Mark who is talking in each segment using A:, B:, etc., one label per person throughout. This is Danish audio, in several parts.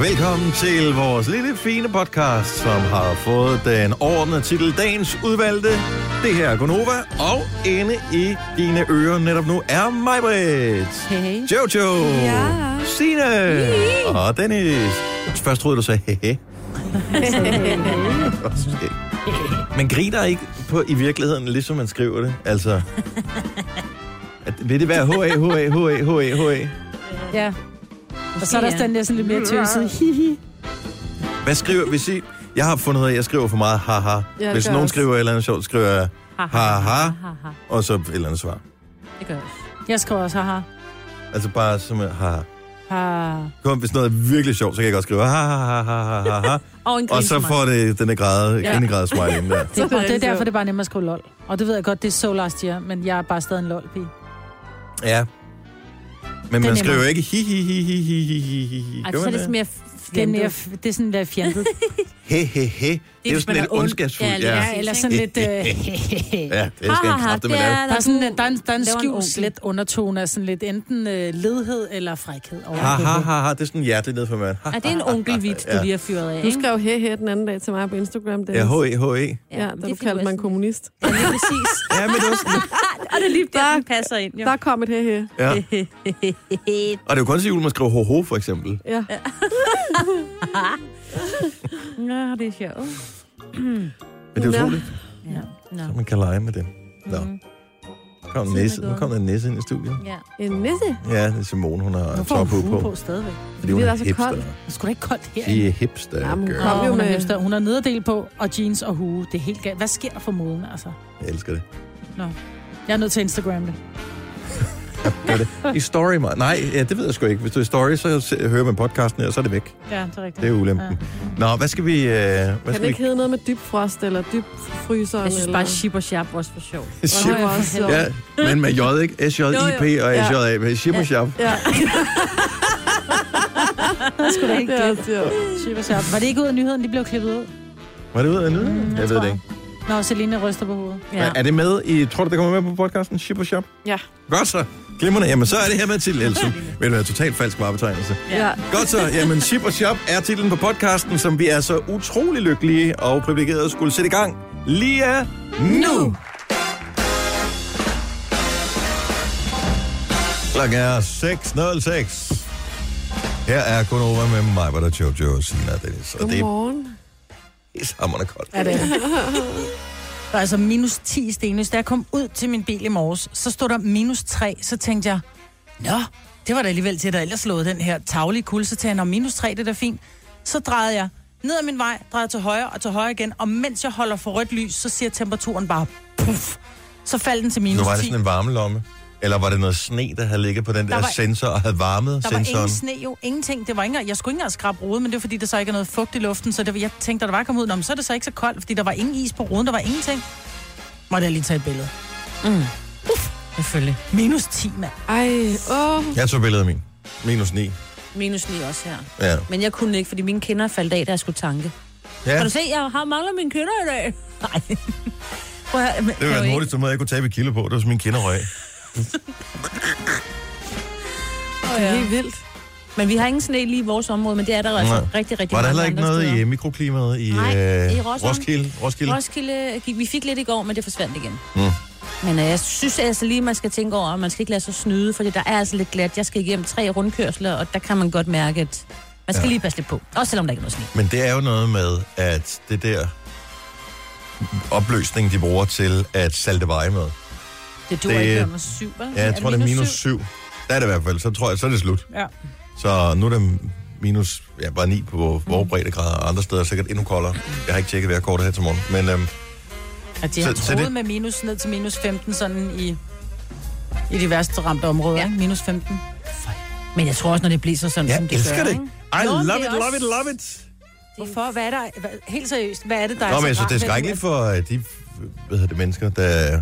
A: Velkommen til vores lille fine podcast, som har fået den ordnede titel Dagens Udvalgte. Det her er Gunova, og inde i dine ører netop nu er mig, Britt.
B: Hey.
A: Jojo.
B: Ja.
A: Signe.
B: Hi.
A: Og Dennis. Først troede jeg, du sagde hehe. Man griner ikke på, i virkeligheden, ligesom man skriver det. Altså, at, vil det være HA, HA, HA, HA, HA?
C: Ja. Og så er der også den der sådan lidt mere tøsede hihi.
A: Hvad skriver, hvis I... Jeg har fundet ud af, at jeg skriver for meget haha.
C: det
A: Ja, hvis
C: gør
A: nogen
C: jeg også.
A: skriver et eller andet sjovt, skriver jeg haha, og så et eller andet svar.
C: Det gør jeg Jeg skriver også haha.
A: Altså bare som øh, haha.
C: Ha.
A: Kom, hvis noget er virkelig sjovt, så kan jeg godt skrive haha, haha, haha,
B: Og en
A: og så
B: grinsmiley.
A: får det den der græde,
B: Ja.
A: ja. grinegræde smile ind der.
C: Det, og
B: Så er det
C: det er derfor,
B: sjovt.
C: det er bare nemmere at skrive lol. Og det ved jeg godt, det er so last year, men jeg er bare stadig en lol-pige.
A: Ja. Men
C: Den
A: man
C: er
A: skriver jo
C: nemmere.
A: ikke hi hi hi hi hi hi hi hi hi.
B: Ej,
A: Gør
B: Altså, så er
A: man
B: det
A: det?
B: sådan mere
C: Det er, mere,
B: fjentet.
C: f- det er sådan lidt fjentet.
A: He he he. Det er jo
B: hvis
A: sådan
B: man
A: lidt
B: er ond.
A: ondskabsfuldt.
B: Ja,
A: Ja,
C: Ja, eller sådan lidt... Øh,
A: ja, det skal jeg
B: Haha,
A: kraftigt med
B: det
A: lave.
B: er
C: der er sådan en, der er en, der er en
B: Laver en
C: skjult
B: onkel.
C: slet undertone af sådan lidt enten øh, ledhed eller frækhed. Over
A: Ha, ha,
C: det.
A: ha, ha. Det er sådan hjerteligt ned for mig. Ha,
B: Er det en onkelvit, du
A: Ja.
B: lige har fyret af,
D: Du
B: ikke?
D: skrev her her den anden dag til mig på Instagram, Dennis.
A: Ja, E. HE, HE.
D: Ja,
B: men
D: da
B: det er,
D: du
B: fordi
D: kaldte
B: er
D: mig en kommunist.
B: sådan- Ja, lige præcis.
A: Ja, men det er også...
B: Og det er lige der, den passer ind, jo.
D: Der kom et her her.
A: Ja. Og det er jo kun til jul, man skriver ho-ho, for eksempel.
D: Ja.
B: Nå, det er sjovt.
A: Men det er
D: Nå.
A: utroligt,
B: Ja. Nå.
A: at man kan lege med det. Nå.
B: Mhm.
A: Nu kom, en
B: Sådan er
A: næse,
B: det
A: nu kom der en næse ind i studiet.
B: Ja.
D: En nisse.
A: Ja, det er Simone, hun har
C: Nu får hun
A: top
C: hue
A: på.
C: på stadigvæk.
A: Fordi hun
D: det
A: er,
D: er
A: er
D: så
A: hipster.
D: koldt.
C: Det er sgu da ikke koldt her.
A: De er hipster,
D: Jamen, hun
A: girl.
D: kom
C: Og
D: jo
C: hun, er
D: med...
C: hipster. hun har nederdel på, og jeans og hue. Det er helt galt. Hvad sker for moden, altså?
A: Jeg elsker det.
C: Jeg er nødt til Instagram det.
A: Gør det. I story, mig. Nej, ja, det ved jeg sgu ikke. Hvis du er i story, så se- hører man podcasten her, og så er det væk.
C: Ja, det er rigtigt.
A: Det er ulempen. Nå, hvad skal vi... Øh, hvad
D: Kan det
A: skal
D: ikke
A: vi...
D: hedde noget med dybfrost eller dybfryseren?
B: Jeg synes
D: eller...
B: bare, Ship og Sharp også var sjovt.
D: Ship.
A: Ship.
D: Også.
A: Ja, men med J, ikke? S-J-I-P og
D: Ja.
A: S-J-A. Ship og shop.
D: Ja,
C: Det skulle da ikke
D: det er
C: glemt.
D: også sjovt.
C: Chip og Sharp. Var det ikke ud af nyheden, de blev klippet ud?
A: Var det ud af nu? Jeg ved
C: tror
A: det
C: jeg.
A: ikke.
C: Nå, Selina ryster på hovedet.
B: Ja.
A: Er det med i... Tror du, det kommer med på podcasten? Ship og shop?
D: Ja.
A: Godt så. Glimrende. Jamen, så er det her med til Elsen. Vil være totalt falsk varebetegnelse.
D: Ja.
A: Godt så. Jamen, Chip og Shop er titlen på podcasten, som vi er så utrolig lykkelige og privilegerede at skulle sætte i gang lige nu. Klokken er 6.06. Her er kun over med mig, hvor der er Jojo, Sina og Dennis. Og det er
D: Godmorgen.
A: pissehammerende koldt.
C: Er det? Der var altså minus 10 stenløs. Da jeg kom ud til min bil i morges, så stod der minus 3. Så tænkte jeg, nå, det var da alligevel til, at der ellers slået den her taglige kulde. Så tænkte jeg, "Nå, minus 3, det er da fint. Så drejede jeg ned ad min vej, drejede til højre og til højre igen. Og mens jeg holder for rødt lys, så siger temperaturen bare puff. Så faldt den til
A: Nu
C: minus
A: var det
C: 10.
A: sådan en varmelomme. Eller var det noget sne, der havde ligget på den der,
C: Der var-
A: sensor og havde varmet
C: Der var
A: sensoren?
C: ingen sne, jo ingenting. Det var ikke, engang- jeg skulle ikke engang skrabe ruden, men det var fordi, der så ikke er noget fugt i luften. Så det, var- jeg tænkte, at der var kommet ud, Nå, men så er det så ikke så koldt, fordi der var ingen is på ruden, der var ingenting. Måtte jeg lige tage et billede.
B: Selvfølgelig.
C: Minus 10, mand.
D: Ej, åh.
A: Jeg tog billedet af min. Minus 9.
B: Minus 9 også her.
A: Ja.
B: Men jeg kunne ikke, fordi mine kinder faldt af, da jeg skulle tanke.
A: ja.
B: Kan du se, jeg har mangler mine kinder i dag? Nej. Prøv at høre, men
A: Det var
B: jo
A: den
B: ikke-
A: hurtigste måde, jeg kunne tabe et kilo på. Det var som min kinderøg.
D: Det er helt vildt.
B: Men vi har ingen sne lige i vores område, men det er der altså
A: Nej.
B: rigtig, rigtig
A: Var der
B: mange
A: heller ikke
B: andre
A: noget
B: steder.
A: i øh, mikroklimaet i,
B: Nej,
A: øh,
B: i Roskilde.
A: Roskilde? Roskilde.
B: Roskilde, øh, gik- vi fik lidt i går, men det forsvandt igen.
A: Mm.
B: Men øh, jeg synes altså lige, man skal tænke over, at man skal ikke lade sig snyde, fordi der er altså lidt glat. Jeg skal igennem tre rundkørsler, og der kan man godt mærke, at man skal
A: Ja.
B: ja. lige passe lidt på. Også selvom der ikke er noget sne.
A: Men det er jo noget med, at det der opløsning, de bruger til at salte veje med.
C: Det
A: duer Det- ikke, når man
C: minus 7, vel?
A: Ja, jeg tror, det er minus 7. Der er det i hvert fald. Så tror jeg, så er det slut.
C: Ja.
A: Så nu er det minus ja, bare 9 på vores breddegrader, og andre steder er sikkert endnu koldere. Jeg har ikke tjekket vejrkortet her til morgen, men øhm,
C: At de har
A: Så-
C: så,
A: så
C: troet
A: det-
C: det... med minus ned til minus 15, sådan i, i de værste ramte områder.
B: Ja.
C: Ja. Minus 15.
B: Men jeg tror også, når det bliver så sådan,
A: jeg
B: som det
A: elsker
B: gør,
A: det.
B: Ikke?
A: I
B: Nå, men
A: love
B: det
A: it,
B: er
A: love
B: også-
A: it, love it.
C: Hvorfor? Hvad er der? hva- Helt seriøst, hvad er det, der
A: Nå,
C: er
A: men jeg synes,
C: rart
A: det er
C: ved
A: skrækkeligt for øh, de hvad hedder det, mennesker, der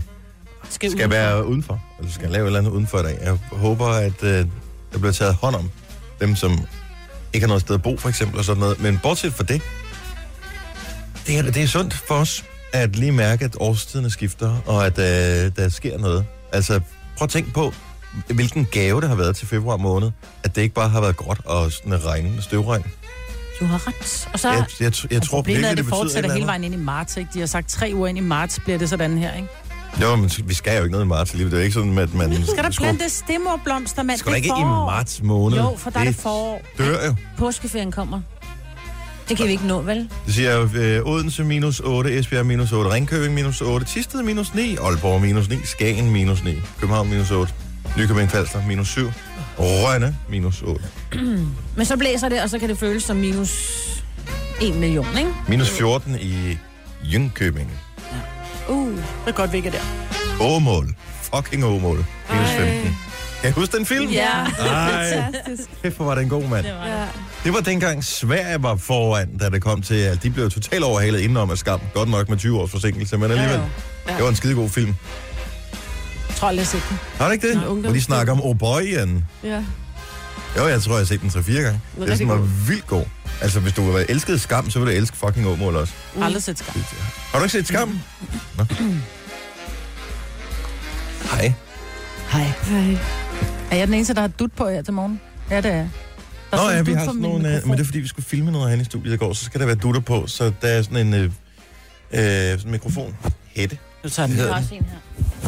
B: Skal,
A: skal være udenfor, eller skal lave et eller andet udenfor i dag. Jeg håber, at øh, der bliver taget hånd om dem, som ikke har noget sted at bo, for eksempel, og sådan noget. Men bortset fra det, det er, det er sundt for os at lige mærke, at årstiderne skifter, og at øh, der sker noget. Altså, prøv at tænke på, hvilken gave det har været til februar måned, at det ikke bare har været godt og sådan en regn, støvregn.
B: Du har ret. Og så
A: Jeg, jeg, jeg
C: Og
A: tror
C: altså, problemet er,
A: virkelig, det
C: at det
A: betyder et
C: fortsætter hele
A: eller
C: vejen ind i marts, ikke? De har sagt, tre uger ind i marts bliver det sådan her, ikke?
A: andet. Jo, men vi skal jo ikke noget i marts alligevel. Det er jo ikke sådan, at man...
C: Skal der plantes stemmerblomster, mand?
A: Skal
C: Det
A: der
C: er
A: ikke i
C: forår.
A: marts måned?
C: Jo, for der er det forår.
A: dør jo.
B: påskeferien kommer. Det kan vi ikke nå, vel?
A: Det siger øh, Odense minus 8, Esbjerg minus 8, Ringkøbing minus 8, Tisted minus 9, Aalborg minus 9, Skagen minus 9, København minus 8, Nykøbing Falster minus 7, Rønne minus 8,
B: Men så blæser det, og så kan det føles som minus 1 million, ikke?
A: minus 14 i Jynkøbing,
D: Uh,
C: Det er godt, vi ikke er der.
A: Åmål, fucking Åmål, minus
D: Ej.
A: 15. Kan I huske den film?
D: ja.
A: Ej,
D: Fantastisk.
A: kæft hvor var den god, mand.
D: Ja.
A: Det var dengang Sverige var foran, da det kom til, at de blev totalt overhalet indenom af skam. Godt nok med 20 års forsinkelse, men alligevel.
C: Jo, jo.
A: Det var en skidegod film.
C: Jeg tror aldrig, jeg har set den.
A: Har du ikke det?
D: Nå, ungdomsfilm.
A: Hvor de snakker om O'Boyen.
D: ja.
A: Jo, jeg tror, jeg har set den 3-4 gange.
D: Den er
A: Det sådan,
D: rigtig
A: var
D: god.
A: vildt god. Altså, hvis du elskede skam, så ville du elske fucking Åmål også.
C: Mm. Aldrig set skam.
A: Har du ikke set skam? Nå. Hej.
C: Hej.
D: Ej.
C: Er jeg den eneste, der har dut på her til morgen? Ja, det er jeg. Der
A: Nå
C: står
A: ja,
C: dut
A: vi har
C: på
A: sådan
C: min
A: nogle... Øh,
C: mikrofon.
A: men det er fordi, vi skulle filme noget herinde i studiet i går, så skal der være dutter på, så der er sådan en øh, øh, sådan en mikrofon. Hætte.
C: Du tager den.
A: Det hedder
B: Der er
A: den.
B: også en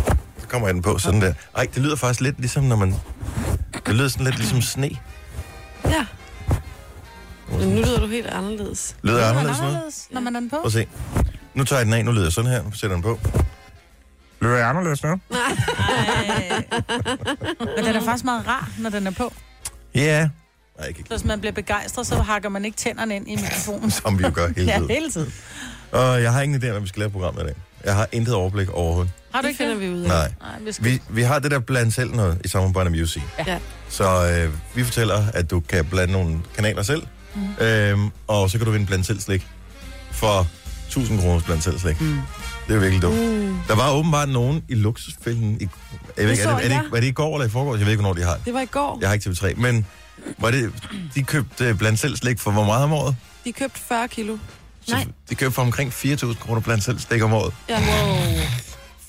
B: her.
A: Så kommer jeg den på sådan der. Ej, det lyder faktisk lidt ligesom, når man... Det lyder sådan lidt ligesom sne.
D: Ja. Men nu lyder du helt anderledes.
A: Lyder det
C: Nå,
A: anderledes noget?
C: anderledes, når man er den på.
A: Prøv at se. Nu tager jeg den af, nu lyder jeg sådan her. Nu sætter jeg den på. Lyder jeg anderledes nu?
C: Men den er faktisk meget rar, når den er på.
A: Ja. Nej, jeg kan ikke.
C: Så hvis man bliver begejstret, så hakker man ikke tænderne ind i mikrofonen.
A: Som vi jo gør hele
C: Ja,
A: tiden.
C: hele tiden.
A: Og jeg har ingen idé om, hvad vi skal lave programmet i dag. Jeg har intet overblik overhovedet.
C: Har du
D: Det
C: ikke
D: finder
C: det?
D: vi ud af.
A: Nej.
C: Nej, vi skal...
A: Vi, vi har det der bland selv noget i samarbejde med UC.
D: Ja.
A: Så øh, vi fortæller, at du kan blande nogle kanaler selv,
D: Mhm.
A: mm. øhm, og så kan du vinde bland selv slik for 1000 kroner bland selv slik. Mm. Det er virkelig dumt.
D: Mm.
A: Der var åbenbart nogen i luksusfælden. I, jeg ved
D: Det
A: ikke,
D: så
A: er, det, er, det,
D: jeg.
A: ikke- var det i går eller i forgårs? Jeg ved ikke, hvornår de har det.
D: Det var i går.
A: Jeg har ikke TV3, men var det, de købte øh, blandt selv slik for hvor meget om året?
D: De købte 40 kilo.
A: Så
B: Nej.
A: De købte for omkring 4.000 kroner blandt selv slik om året.
D: Ja.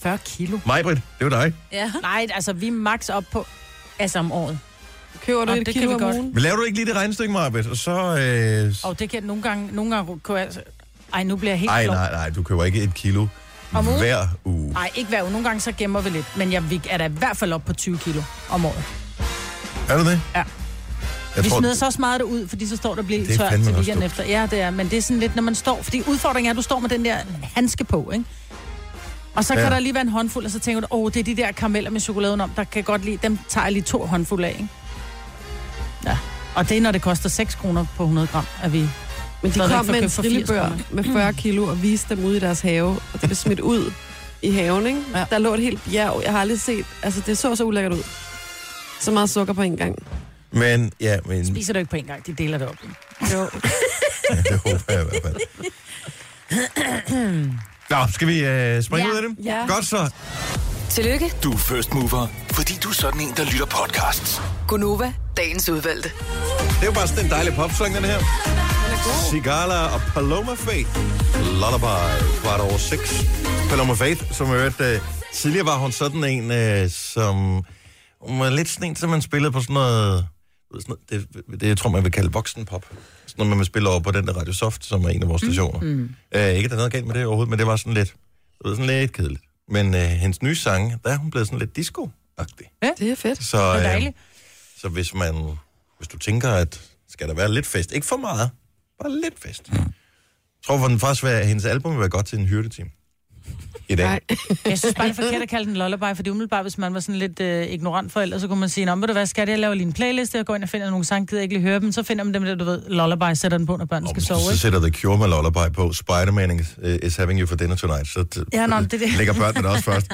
C: 40 kilo.
A: Majbrit, det var dig.
B: Ja.
C: Nej, altså, vi er max op på...
B: Altså om året.
D: Køber du
C: Nå,
D: et
C: det kan
D: kilo
C: vi
D: om
C: godt.
D: ugen?
A: Men laver du ikke lige det regnestykke, Majbrit? Og så... Øh... s-
C: Og det kan nogle gange... Nogle gange kunne jeg... Ej, nu bliver jeg helt
A: Ej,
C: flov.
A: nej, nej, du køber ikke et kilo
C: Om ugen?
A: hver uge.
C: Nej, ikke hver uge. Nogle gange så gemmer vi lidt. Men jeg vi er da i hvert fald op på 20 kilo om året.
A: Er du det?
C: Ja.
A: Jeg
C: vi
A: tror,
C: smider så også meget det ud, fordi så står der bliver
A: Det er
C: tørt
A: fandme
C: til
A: også
C: weekenden
A: dumt.
C: efter. Ja, det er. Men det er sådan lidt, når man står... Fordi udfordringen er, at du står med den der handske på, ikke? Og så kan
A: Ja.
C: der lige være en håndfuld, og så tænker du, åh, oh, det er de der karameller med chokoladen om, der kan jeg godt lide, dem tager jeg lige to håndfulde af, ikke? Ja. Og det er, når det koster 6 kroner på 100 gram, at vi...
A: Mm.
D: Men de
C: Stadigvæk
D: kom
C: får
D: med en
C: købt for 80
D: trillebør
C: kroner.
D: med 40 kilo og viste dem ude i deres have, og det blev smidt ud i haven, ikke?
C: Ja.
D: Ja. Der lå et helt bjerg. Jeg har aldrig set... Altså, det så så ulækkert ud. Så meget sukker på en gang.
A: Men, ja, men...
C: Spiser det ikke på en gang, de deler det op.
D: Jo.
A: Ja, det håber jeg i hvert fald. Nå, skal vi øh, springe
B: Ja.
A: ud af det?
D: Ja.
A: Godt så.
E: Tillykke,
F: Du er first mover, fordi du er sådan en, der lytter podcasts.
E: Gunova, dagens udvalgte.
A: Det er jo bare sådan en dejlig popsang, den her. Sigala og Paloma Faith. Lullaby, kvart over seks. Paloma Faith, som jeg hørte, øh, tidligere var hun sådan en, øh, som... Hun var lidt sådan en, som man spillede på sådan noget... ved Sådan noget det, det, jeg tror, man vil kalde voksenpop. Sådan noget, man spiller over på den der Radio Soft, som er en af vores stationer. Mm. Øh, ikke, at der er noget galt med det overhovedet, men det var sådan lidt... Det var sådan lidt kedeligt. Men øh, hendes nye sang, der er hun blevet sådan lidt disco-agtig.
D: Det er fedt.
A: Så,
C: Det er
A: øh,
C: dejligt.
A: så hvis man, hvis du tænker, at skal der være lidt fest, ikke for meget, bare lidt fest. Jeg tror for den faktisk, være, at hendes album vil være godt til en hyrdetime. I dag.
D: Nej.
C: Jeg synes bare, det er forkert at kalde den lullaby, fordi umiddelbart, hvis man var sådan lidt øh, ignorant forælder, så kunne man sige, Nå, ved du hvad, skat, jeg laver lige en playlist, jeg går ind og finder nogle sange, gider jeg ikke lige høre dem, så finder man dem der, du ved, lullaby, sætter den på, når børnene skal sove,
A: så
C: ikke?
A: sætter The Cure med Lullaby på. Spider-Man is, eh, is having you for dinner tonight. Så t-
C: Ja, nå, det er det.
A: lægger børnene det også først.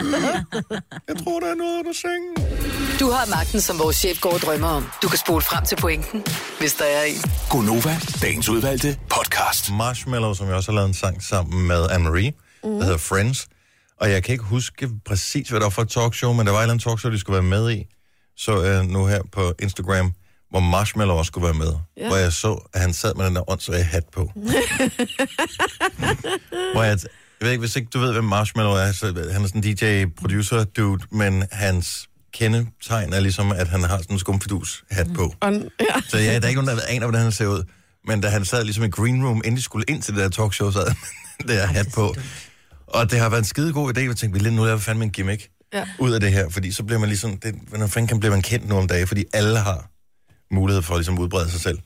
A: Jeg tror, der er noget under sengen.
E: Du har magten, som vores chef går og drømmer om. Du kan spole frem til pointen, hvis der er en.
F: Gonova, dagens udvalgte podcast.
A: Marshmallow, som jeg også har lavet en sang sammen med Anne-Marie, mm. der hedder Friends. Og jeg kan ikke huske præcis, hvad der var for et talkshow, men der var et eller andet talkshow, de skulle være med i. Så øh, nu her på Instagram, hvor Marshmallow også skulle være med.
D: Ja.
A: Hvor jeg så, at han sad med den der åndssvage hat på. hvor jeg, jeg ved ikke, hvis ikke du ved, hvem Marshmallow er, så øh, han er sådan en DJ-producer-dude, men hans kendetegn er ligesom, at han har sådan en skumfidus-hat på.
D: Og, ja.
A: Så ja, der er ikke nogen, der aner, hvordan han ser ud. Men da han sad ligesom i green room, inden de skulle ind til det der talkshow, sad han med den der hat på. Og det har været en skide god idé, og jeg tænkte, vi lige nu laver fandme en gimmick
D: Ja.
A: ud af det her, fordi så bliver man ligesom, det, hvordan fanden kan blive man kendt nu om dagen, fordi alle har mulighed for at ligesom udbrede sig selv.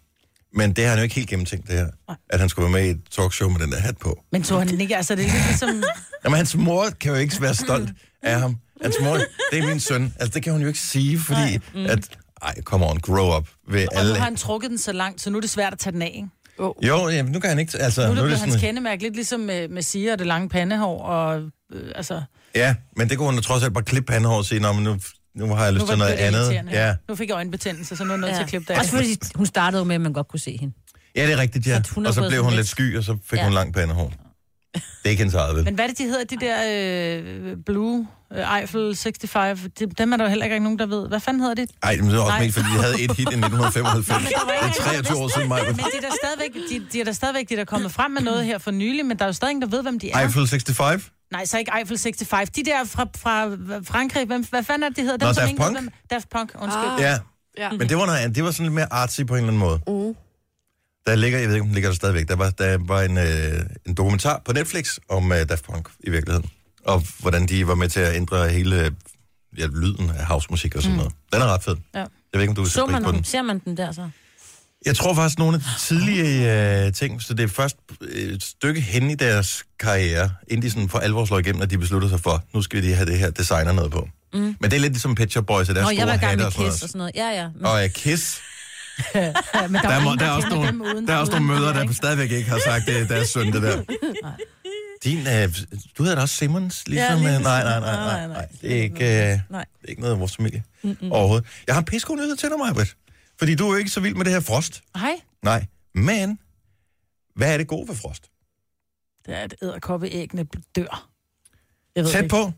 A: Men det har han jo ikke helt gennemtænkt, det her. At han skulle være med i et talkshow med den der hat på.
C: Men tog han den ikke? Altså, det er lidt ligesom...
A: Jamen, hans mor kan jo ikke være stolt af ham. Hans mor, det er min søn. Altså, det kan hun jo ikke sige, fordi mm. at... Ej, come on, grow up. Ved
C: Og nu
A: alle.
C: har han trukket den så langt, så nu er det svært at tage den af, ikke?
A: Jo, jamen, nu kan han ikke... Altså,
C: Nu er det blevet
A: sådan-
C: hans kendemærke, lidt ligesom med, med Sia og det lange pandehår, og øh, altså...
A: Ja, men det kunne hun da trods alt bare klippe han over og sige, "Nå, men nu, nu har jeg lyst
C: Nu var
A: til
C: det
A: noget
C: lidt
A: andet.
C: irriterende.
A: Ja.
C: Nu fik jeg øjenbetændelse, så nu er jeg nødt til at klippe det af.
B: Også fordi hun startede jo med, at man godt kunne se hende.
A: ja, det er rigtigt, ja.
B: At hun er
A: Og så
B: blevet
A: blev
B: sådan
A: hun
B: lidt-
A: lidt sky, og så fik
B: Ja.
A: hun langt pandehår. Det er ikke hendes eget, vel?
C: Men hvad er det, de hedder, de der øh, Blue, øh, Eiffel 65? De, dem er der jo heller ikke nogen, der ved. Hvad fanden hedder det?
A: Ej, men det var også
C: Nej.
A: mest, fordi de havde et hit i 1995.
C: Men der var
A: Det er
C: ikke
A: 23 år siden mig.
C: Men de er der stadigvæk, de, de er der stadigvæk, de der er kommet frem med noget her for nylig, men der er jo stadig ingen, der ved, hvem de er.
A: Eiffel 65?
C: Nej, så ikke Eiffel 65. De der fra, fra Frankrig, hvem, hvad fanden er det, de hedder? Dem,
A: Nå, Daft
C: ingen ved,
A: Punk?
C: hvem- Daft Punk, undskyld. Ah.
A: Ja.
D: Ja.
A: Men det var noget andet. Det var sådan lidt mere artsy på en eller anden måde. Mm. Der ligger, jeg ved ikke, om den ligger der stadigvæk, der var, der var en, øh, en dokumentar på Netflix om øh, Daft Punk i virkeligheden. Og hvordan de var med til at ændre hele øh, ja, lyden af housemusik og sådan mm. noget. Den er ret fed.
C: Ja.
A: Jeg ved ikke, om du vil
B: Så
A: sætte pris
B: man
A: på den.
B: den. ser man den der så?
A: Jeg tror faktisk, nogle af de tidlige øh, ting, så det er først øh, et stykke hen i deres karriere, inden de sådan for alvor slår igennem, at de beslutter sig for, nu skal de have det her designer noget på. Mm. Men det er lidt ligesom Pet Shop Boys, og deres
B: Nå,
A: store
B: jeg var i gang
A: hatter
B: med
A: og sådan noget.
B: Kiss og sådan noget. Ja, ja. Men,
A: Og ja, Kiss.
C: Ja, men der,
A: Der,
C: var
A: må,
C: ingen,
A: der, er også nogle,
C: kender dem uden-
A: der er også nogle
C: uden-
A: møder, der stadigvæk ikke har sagt det, er deres søn, det der. Din, øh, du hedder da også Simmons, ligesom?
B: lige
A: Ja, nej,
B: præcis.
A: nej, nej, nej, nej, nej. Det er ikke, øh,
B: Nej.
A: det er ikke noget af vores familie Mm-mm. overhovedet. Jeg har en pisse god nyhed til dig, Majbrit. Fordi du er jo ikke så vild med det her frost.
C: Hej,
A: Nej. Men, hvad er det gode ved frost?
C: det er et æderkoppe æggene dør. Jeg ved
A: Tæt
C: ikke.
A: på.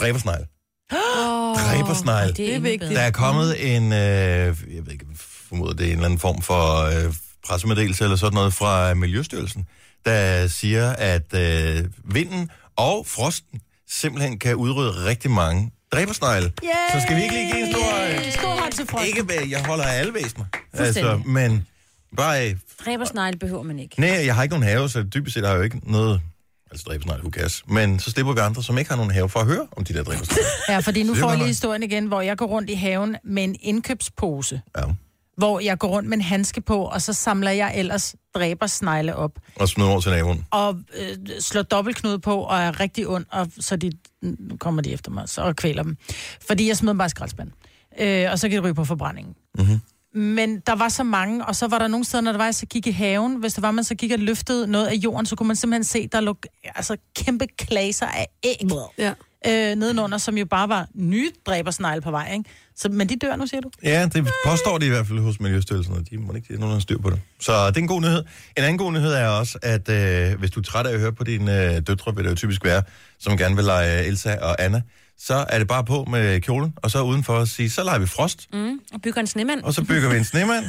A: Dræbersnegle.
D: Oh,
A: Dræbersnegle.
B: det er
D: Det er vigtigt.
A: Der er kommet en, øh, jeg ved ikke, formoder det er en eller anden form for øh, pressemeddelelse eller sådan noget fra Miljøstyrelsen, der siger, at øh, vinden og frosten simpelthen kan udrydde rigtig mange dræbersnegle. Så skal vi ikke lige give en stor... Øh,
C: Stor hånd til frosten.
A: ikke, hvad- jeg holder af alle væsener.
B: Fuldstændig.
A: Altså, men bare... Øh,
B: Dræbersnegle behøver man ikke.
A: nej, jeg har ikke nogen have, så dybest set har jeg jo ikke noget... Altså dræbersnegle, who cares. Men så slipper vi andre, som ikke har nogen have, for at høre om de der dræbersnegle.
C: Ja, fordi nu
A: Det
C: får
A: var
C: jeg
A: nok.
C: lige historien igen, hvor jeg går rundt i haven med en indkøbspose,
A: Ja.
C: hvor jeg går rundt med en handske på, og så samler jeg ellers dræbersnegle op,
A: Og smider over til naboen.
C: og øh, slår dobbeltknude på, og er rigtig ond, og så de, nu kommer de efter mig så, og kvæler dem. Fordi jeg smed dem bare i skraldespanden. Øh, og så kan de ryge på forbrændingen.
A: Mhm.
C: Mm-hmm. Men der var så mange, og så var der nogle steder, når der var, jeg så gik i haven. Hvis der var, man så gik og løftede noget af jorden, så kunne man simpelthen se, der lå altså, kæmpe klaser af æg
D: Ja.
C: øh, nedenunder, som jo bare var nye dræbersnegle på vej, ikke? Så, men de dør nu, siger du?
A: Ja, det påstår de i hvert fald hos Miljøstyrelsen, og de må ikke have nogen der har styr på det. Så det er en god nyhed. En anden god nyhed er også, at øh, hvis du er træt af at høre på dine øh, døtre, vil det jo typisk være, som gerne vil lege Elsa og Anna, så er det bare på med kjolen, og så udenfor at sige, så leger vi frost, mm.
B: Mm, og bygger en snemand.
A: og så bygger vi en snemand,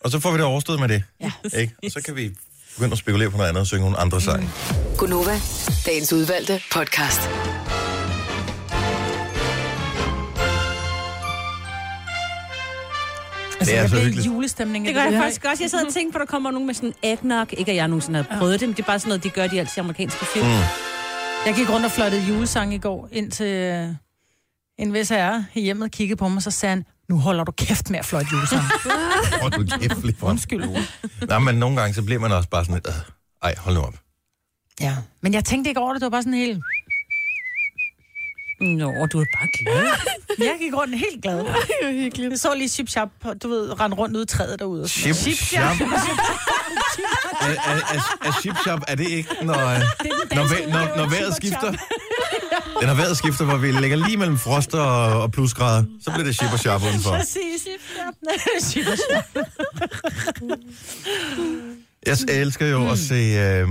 A: og så får vi det overstået med det.
B: Ja.
A: Ikke? Og så kan vi begynde at spekulere på noget andet og synge nogle andre sange.
E: Gunova, dagens udvalgte podcast.
C: Altså,
A: er
C: jeg
A: så
C: blev i
A: hyggeligt.
C: Altså, julestemning.
B: Det gør jeg faktisk også. Jeg sad og tænkte på, at der kommer nogen med sådan en eggnog. Ikke at jeg nogensinde har prøvet det, men det er bare sådan noget, de gør de altid i amerikanske film. Mm.
C: Jeg gik rundt og fløjtede julesang i går, indtil øh, en vis herre i hjemmet kiggede på mig, så sagde han, nu holder du kæft med at fløjte julesang.
A: Hvor du kæft, lige for.
C: Undskyld.
A: Nej, men nogle gange, så bliver man også bare sådan lidt, "Øh, ej, hold nu op.
C: ja. Men jeg tænkte ikke over det, det var bare sådan helt...
B: Nå, du er bare glad.
C: Jeg gik rundt helt glad.
D: Det er hyggeligt.
C: Jeg så lige chip chap, du ved, rende rundt ude i træet derude. og sådan
A: Chip,
C: noget.
A: chip shop. er, er, er, er chip shop, er det ikke, når, øh, når, vej- når, når vejret skifter? Den har vejret skifter, hvor vi ligger lige mellem frost og, og plusgrader. Så bliver det chip og sharp udenfor.
C: Præcis. Chip chap. Chip chap.
A: Jeg s- elsker jo at se øh,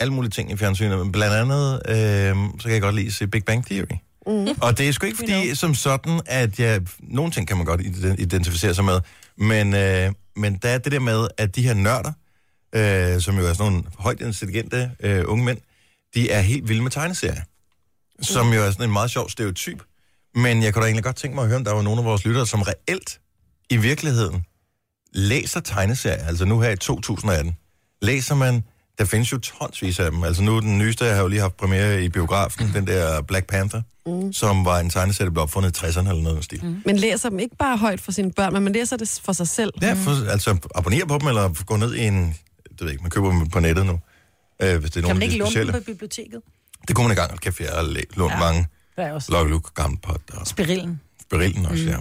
A: alle mulige ting i fjernsynet, men blandt andet, øh, så kan jeg godt lide at se Big Bang Theory. Mm. Og det er sgu ikke fordi, som sådan, at jeg... Nogle ting kan man godt ident- identificere sig med, men, øh, men der er det der med, at de her nørder, øh, som jo er sådan nogle højt intelligente øh, unge mænd, de er helt vilde med tegneserier, som jo er sådan en meget sjov stereotyp. Men jeg kunne da egentlig godt tænke mig at høre, om der var nogen af vores lyttere, som reelt i virkeligheden læser tegneserier, altså nu her i 2018, læser man, der findes jo tonsvis af dem. Altså nu den nyeste, jeg har jo lige haft premiere i biografen, den der Black Panther, mm. som var en tegneserie, der blev opfundet i 60'erne eller noget i den stil. Mm.
D: Man læser dem ikke bare højt for sine børn, men man læser det for sig selv.
A: Ja, for, altså abonner på dem, eller gå ned i en, det ved jeg ikke, man køber dem på nettet nu. Øh, hvis det er
C: Kan
A: nogle af
C: man ikke
A: de
C: låne
A: specielle.
C: dem på biblioteket?
A: Det kunne man i gang, og kæft, jeg har læ- lånt ja. mange.
C: Der er også
A: Lucky Luke, Gamle Pot og
C: spirillen.
A: Berillen også, mm. ja.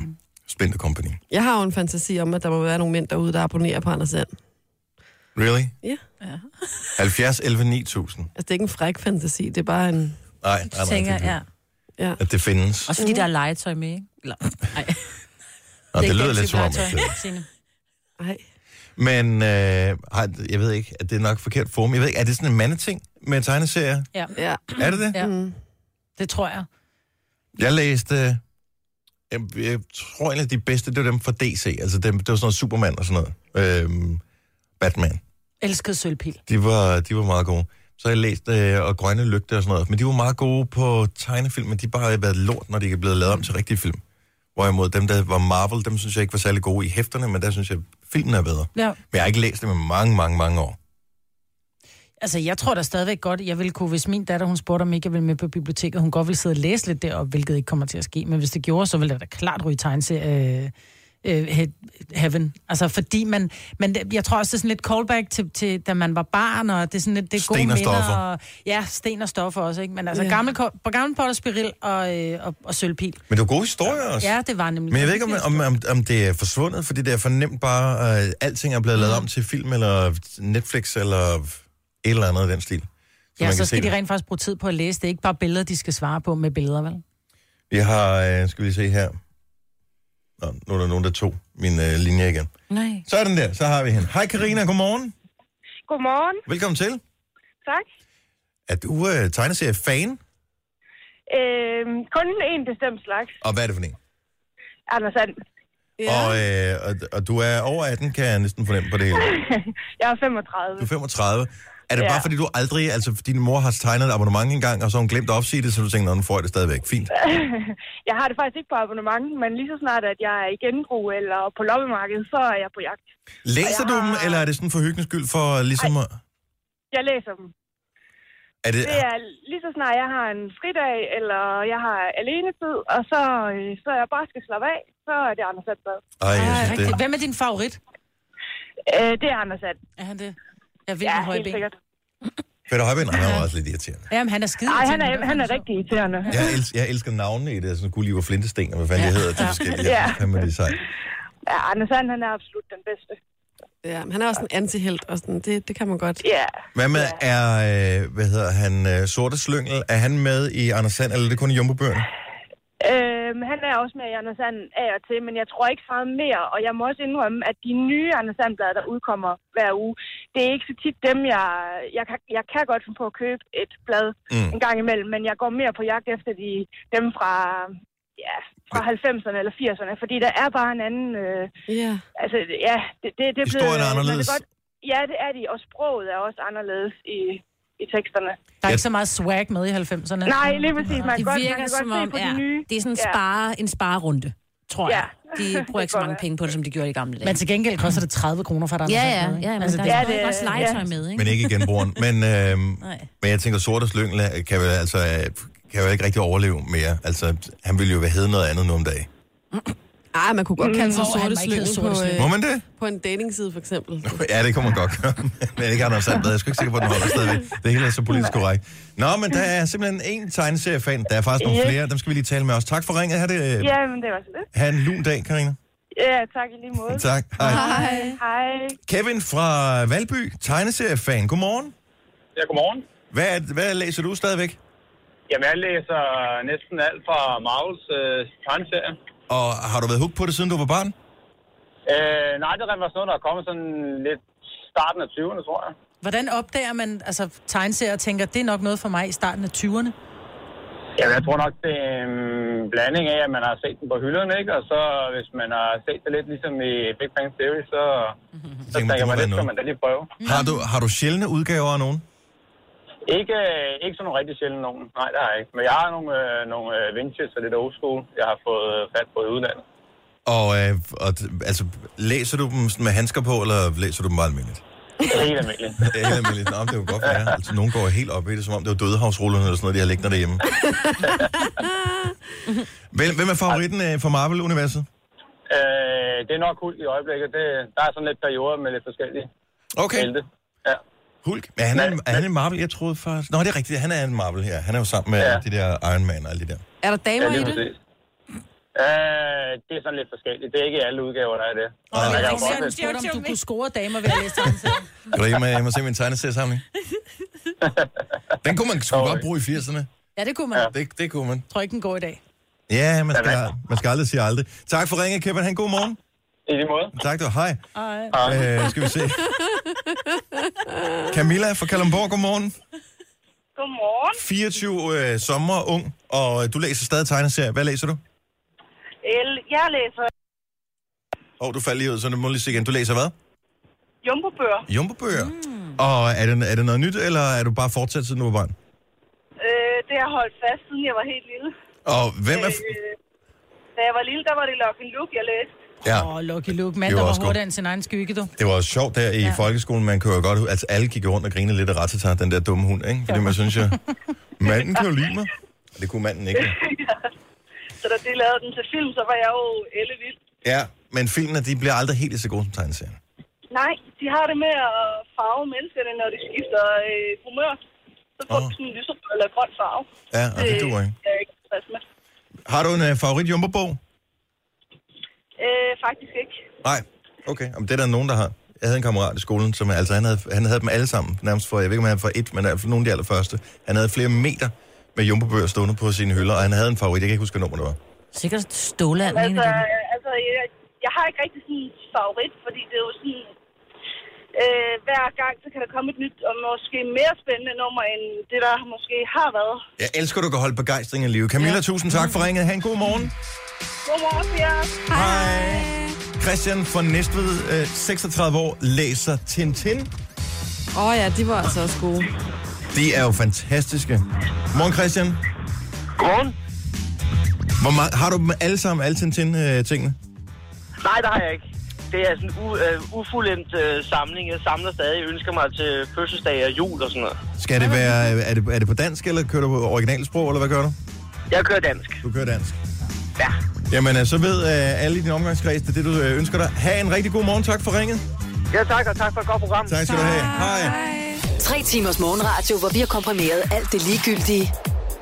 A: Splinter Company.
D: Jeg har jo en fantasi om, at der må være nogle mænd derude, der abonnerer på Anders Sand.
A: Really?
D: Ja.
A: 70, 11, 9000.
D: Altså, det er ikke en fræk fantasi, det er bare en...
A: Nej, nej, nej.
B: tænker,
A: det,
B: ja.
D: Ja.
A: At det findes.
B: Også fordi
C: Mm.
B: der er legetøj med, ikke? Eller, nej,
A: Og det,
B: ikke
A: det lyder
B: altid
A: lidt som om,
B: legetøj.
A: at øh, det.
B: Signe.
D: Ej.
A: Men øh, ej, jeg ved ikke, at det er nok forkert form. Jeg ved ikke, er det sådan en mandeting med tegneserier?
D: Ja. Mm.
A: Er det det?
B: Ja.
C: Det tror jeg.
A: Jeg læste, jeg, jeg tror en af de bedste, det var dem fra DC. Altså dem, det var sådan noget Superman og sådan noget. Øhm, Batman.
C: Elskede sølvpil.
A: De var, de var meget gode. Så har jeg læst øh, og Grønne Lygte og sådan noget. Men de var meget gode på tegnefilm, men de bare har været lort, når de er blevet lavet om til rigtige film. Hvorimod dem, der var Marvel, dem synes jeg ikke var særlig gode i hæfterne, men der synes jeg, filmen er bedre.
C: Ja.
A: Men jeg har ikke læst dem i mange, mange, mange år.
C: Altså, jeg tror da stadigvæk godt, jeg ville kunne, hvis min datter, hun spurgte, om ikke jeg ville med på biblioteket, hun godt ville sidde og læse lidt deroppe, hvilket ikke kommer til at ske. Men hvis det gjorde, så ville der da klart ryge tegn til øh, øh, he- heaven. Altså, fordi man... Men det- jeg tror også, det er sådan lidt callback til, til da man var barn, og det er sådan lidt... Det er gode
A: Sten og
C: minder,
A: stoffer.
C: Og, ja, sten og stoffer også, ikke? Men altså,
D: Ja.
C: yeah. gammel, ko- på gammel pot og spiril og, øh, og, og sølvpil.
A: Men det var gode historier også.
C: Ja, det var nemlig...
A: Men jeg ved ikke, om, om, om, om det er forsvundet, fordi det er fornemt bare, at alting er blevet lavet om til film, eller Netflix, eller et eller andet af den stil. Så
C: Ja, så skal
A: det.
C: de rent faktisk bruge tid på at læse. Det er ikke bare billeder, de skal svare på med billeder, vel?
A: Jeg har, øh, skal vi se her. Nå, nu er der nogen, der tog min øh, linje igen.
B: nej.
A: Så er den der, så har vi hende. Hej Karina, godmorgen.
G: Godmorgen.
A: Velkommen til.
G: Tak.
A: Er du øh, tegneserie-fan?
G: Øhm, kun en bestemt slags.
A: Og hvad er det for en?
G: Anders Sand.
A: Ja. Og, øh, og, og du er over 18, kan jeg næsten fornemme på det hele.
G: Jeg er 35.
A: Du er 35. Er det ja.
G: Ja.
A: bare fordi du aldrig, altså din mor har tegnet et abonnement engang, og så har hun glemt at opsige det, så du tænker, "Nå, nu får jeg det stadigvæk. Fint.
G: Jeg har det faktisk ikke på abonnement, men lige så snart, at jeg er i genbrug eller på loppemarkedet, så er jeg på jagt.
A: Læser du dem, eller er det sådan for hyggens skyld for ligesom... at-
G: Jeg læser dem.
A: Er det,
G: Det er lige så snart, jeg har en fridag, eller jeg har alene tid, og så, øh, så jeg bare skal slappe af, så er det Anders Sand. blad.
A: ej, jeg
C: Ej,
A: synes, det,
C: rigtigt. Hvem er din favorit?
G: Øh, det er Anders Sand.
C: Er han det? Jeg vil
G: Ja,
C: ja, høje
G: helt
C: ben.
G: sikkert.
A: Peter Højben, han er jo også lidt irriterende.
C: Jamen, han er skide.
G: Nej, han er, han er rigtig irriterende.
A: Jeg elsker, jeg elsker navnene i det, sådan Gulliv og Flintesten, og hvad fanden ja. det hedder, de forskellige.
G: Ja.
A: Ja. Hvad med det sej?
G: Ja, Anders Sand, han er absolut den bedste.
D: Ja, men han er også en antihelt, og sådan, det, det kan man godt.
G: Ja.
A: Hvad med, er, øh, hvad hedder han, øh, Sorte Slyngel, er han med i Anders Sand, eller er det kun i Jumbobøgerne?
G: Øhm, han er også med i Anders Sand af og til, men jeg tror ikke så meget mere. Og jeg må også indrømme, at de nye Anders Sandblad, der udkommer hver uge, det er ikke så tit dem, jeg... Jeg kan, jeg kan godt finde på at købe et blad
A: Mm.
G: mm. en gang imellem, men jeg går mere på jagt efter de, dem fra, ja, fra 90'erne eller 80'erne, fordi der er bare en anden... Øh,
D: Ja.
G: altså, ja, det, det, det
A: Historien er
G: man
A: anderledes.
G: Godt, ja, det er de, og sproget er også anderledes i, i teksterne.
C: Der er ikke så meget swag med i 90'erne.
G: Nej, lige præcis. Man
B: Altså, Det
G: kan godt, man
B: virker
G: kan
B: som
G: godt
B: om,
G: se på
B: ja,
G: de nye.
B: det er sådan en,
G: Ja.
B: spare, en sparerunde, tror jeg.
G: Ja.
B: De bruger ikke så
G: godt
B: mange
G: være.
B: penge på det, som de gjorde i gamle dage.
C: Men til gengæld koster det 30 kroner for dig.
B: ja, ja, ja, men altså, der
G: Ja,
B: er det,
G: det-
B: også legetøj med, ikke?
A: Men ikke i genbrugeren. Men, øh,
B: Nej.
A: men jeg tænker, Sorte Slyngel øh, kan vel, altså, øh, kan vel ikke rigtig overleve mere. Altså, han ville jo være hedde noget andet nu om dagen.
D: Ej, man kunne godt kalde sig
C: Hvor han
D: sorte
C: var ikke
D: slyngel
C: hed
D: på,
C: Sorte Slyngel.
A: Må
D: øh,
A: man det?
D: på en datingside, for eksempel.
A: Ja, det kunne man godt gøre. men ikke Anders Sandblad. Jeg er sgu ikke sikker på, at den holder stadigvæk. Det hele er så politisk korrekt. Nå, men der er simpelthen en tegneseriefan. Der er faktisk nogle
G: Yes.
A: flere. Dem skal vi lige tale med os. Tak for ringet. Ha' det,
G: Ja, men det var så lidt.
A: ha en lun dag, Karina.
G: Ja, tak i lige måde.
A: Tak. Hej.
G: Hej. Hej.
A: Kevin fra Valby, tegneseriefan. Godmorgen.
H: Ja, godmorgen.
A: Hvad, er, hvad læser du stadigvæk?
H: Jamen, jeg læser næsten alt fra Marvels øh, tegneserie.
A: Og har du været hooked på det, siden du var barn?
H: Øh, nej, det var sådan noget, der er kommet sådan lidt starten af 20'erne, tror jeg.
C: Hvordan opdager man altså, tegneserier og tænker, det er nok noget for mig i starten af 20'erne?
H: Jamen, jeg tror nok, det er en blanding af, at man har set den på hylderne, ikke? Og så, hvis man har set det lidt ligesom i Big Bang Theory, så, så
A: Tænker Mhm. man, det
H: tænker
A: må
H: man,
A: være
H: det skal
A: noget.
H: man da lige prøve.
A: Har du, har du sjældne udgaver af nogen?
H: Ikke, øh, ikke sådan nogle rigtig sjældne nogen. Nej, det har jeg ikke. Men jeg har nogle, øh, nogle øh, vintage og lidt old school, jeg har fået øh, fat på i udlandet.
A: Og, øh, og t- altså, læser du dem sådan med handsker på, eller læser du dem bare almindeligt?
H: Helt almindeligt.
A: Det er helt almindeligt. Nå, men det er jo godt være. Altså, nogen går helt op i det, som om det var dødehavsrullerne eller sådan noget, de har liggende derhjemme. hvem, hvem er favoritten øh, for Marvel-universet?
H: Øh, det er nok hul i øjeblikket. Det, der er sådan lidt perioder med lidt forskellige
A: Okay.
H: helte. Ja.
A: Hulk. Ja, han er, en, er han en Marvel? Jeg troede først... Nå, det er rigtigt. Han er en Marvel her. Han er jo sammen med ja.
H: Ja.
A: de der Iron Man og alt det der.
D: Er der damer
H: Ja,
D: i
H: lige
D: det?
H: præcis. Øh, det er sådan lidt forskelligt. Det er ikke i alle udgaver, der er det.
A: Og
H: Men
C: Jeg
H: jeg kan jo
C: har
H: godt-
C: spurgt, om du kunne score damer ved at læse tegneserien.
A: Kan du ikke med hjem og se min tegneseriesamling? Den kunne man sgu godt bruge i 80'erne.
C: Ja, det kunne man. Jeg
A: Det, det kunne man.
C: tror ikke, den går i dag.
A: Ja, man
H: Ja,
A: skal,
H: hvad?
A: man skal aldrig sige aldrig. Tak for ringet, Kevin. Han, god morgen.
H: I lige måde.
A: Tak, du. Hej.
C: Ej.
A: Øh, skal vi se. Camilla fra Kalundborg, god morgen.
G: Godmorgen.
A: 24 øh, sommer, ung, og øh, du læser stadig tegneserier. Hvad læser du? Åh,
G: El- Jeg læser
A: oh, du faldt lige ud, så det må lige se igen. Du læser hvad?
G: jumbobøger.
A: Jumbobøger. Mm. Og er det, er det noget nyt, eller er du bare fortsat siden du var barn?
G: Øh, det har jeg holdt fast, siden jeg var helt lille.
A: Og hvem er... F-
G: Øh, da jeg var lille, der var det Lucky Luke, jeg læste.
A: ja.
C: Åh, Lucky Luke,
A: Det
C: mand,
A: var
C: der var
A: også
C: hurtigere end sin egen skygge, du.
A: Det var også sjovt der i ja. folkeskolen, man kunne jo godt... Altså, alle gik rundt og grinede lidt af Rattata, den der dumme hund, ikke? Fordi man synes jo, manden kan jo lide mig. Og det kunne manden ikke.
G: Så da de lavede den til film, så var jeg jo ellevild.
A: Ja, men filmene, de bliver aldrig helt lige så gode som tegneserierne.
G: Nej, de har det med at farve menneskerne, når de skifter øh, humør. Så får de
A: Åh.
G: sådan en lyserød eller grøn farve.
A: Ja, og
G: Øh.
A: det duer ikke.
G: er jeg ikke tilfreds med.
A: Har du en øh, favorit jumbobog?
G: Øh, faktisk ikke.
A: Nej. Okay, Jamen, det er der nogen, der har. Jeg havde en kammerat i skolen, som altså, han, havde, han havde dem alle sammen, nærmest for, jeg ved ikke, om han var et, men i hvert fald nogle af de allerførste. Han havde flere meter med jumbobøger stående på sine hylder, og han havde en favorit, jeg kan ikke huske, hvad nummer det var.
B: Sikkert Ståland.
G: Altså, altså jeg, jeg har ikke rigtig sådan en favorit, fordi det er jo sådan... Øh, hver gang, så kan der komme et nyt og måske mere spændende nummer, end det, der måske har været.
A: Jeg elsker, at du kan holde begejstringen i live. Camilla, ja. tusind tak for ringet. Ha' en god morgen.
G: Godmorgen, Pia.
A: Hej. Christian fra Næstved, øh, 36 år, læser Tintin.
D: Åh oh, ja, de var altså også gode.
A: De er jo fantastiske. Morgen, Christian.
H: Godmorgen.
A: Hvor meget, har du dem alle sammen, alle øh, Tintin-tingene?
H: Nej, det har jeg ikke. Det er sådan en u- øh, ufuldendt øh, samling. Jeg samler stadig. Jeg ønsker mig til fødselsdag og jul og sådan noget.
A: Skal det være, er det, er det på dansk, eller kører du på originalsprog, eller hvad gør du?
H: Jeg kører dansk.
A: Du kører dansk.
H: Ja.
A: Jamen, øh, så ved øh, alle i din omgangskreds, det er det, du øh, ønsker dig. Ha' en rigtig god morgen. Tak for ringet.
H: Ja, tak, og tak for et godt program.
A: Tak skal du have. Hej.
E: Tre timers morgenradio, hvor vi har komprimeret alt det ligegyldige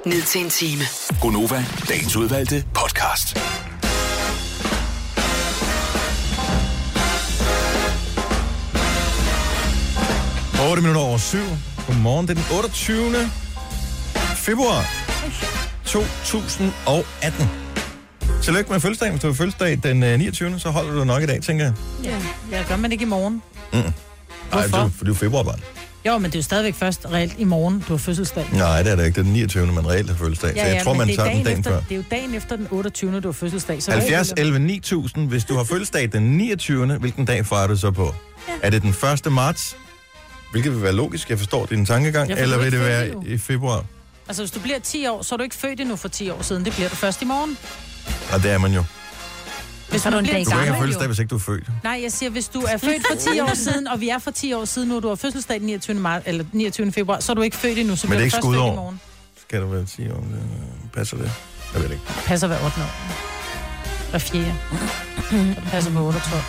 E: ned til en time.
F: Gonova, dagens udvalgte podcast.
A: Hej. 8 minutter over 7. Godmorgen. Det er den 28. februar 2018. Tillykke med fødselsdagen. Hvis du har fødselsdag den øh, 29. så holder du nok i dag, tænker jeg.
C: Ja, gør man ikke i morgen.
A: Nej,
C: Hvorfor?
A: du, for du er februarbarn.
C: Jo, men det er jo stadigvæk først reelt i morgen, du har fødselsdag.
A: Nej, det er det ikke. Det er den 29. man reelt har fødselsdag. så jeg tror,
C: men
A: man
C: det er
A: tager den dagen
C: efter,
A: før.
C: Det er jo dagen efter den 28. du har fødselsdag. Så
A: 70 11 9000. Hvis du har fødselsdag den 29. Hvilken dag fejrer du så på? Ja. Er det den 1. marts? Hvilket vil være logisk, jeg forstår din tankegang.
C: Ja, for
A: eller
C: du er
A: vil det
C: ikke
A: være
C: født endnu.
A: i februar?
C: Altså, hvis du bliver 10 år, så er du ikke født endnu for 10 år siden. Det bliver du først i morgen.
A: Og det er man jo.
C: Hvis
B: Så er du en
C: bliver
B: dag
A: Du kan ikke
C: gammel,
A: have fødselsdag,
C: jo.
A: hvis ikke du er født.
C: Nej, jeg siger, hvis du er født for 10 år siden, og vi er for 10 år siden nu, og du har fødselsdag den 29. Mar- eller 29. februar, så er du ikke født endnu, så
A: Men
C: bliver
A: det er ikke
C: du først født
A: skudår.
C: i morgen.
A: Skal du være 10 år? om det, øh, Passer det? Jeg ved det ikke.
C: Passer hver 8 år. Hver 4. Passer på 8 og 12.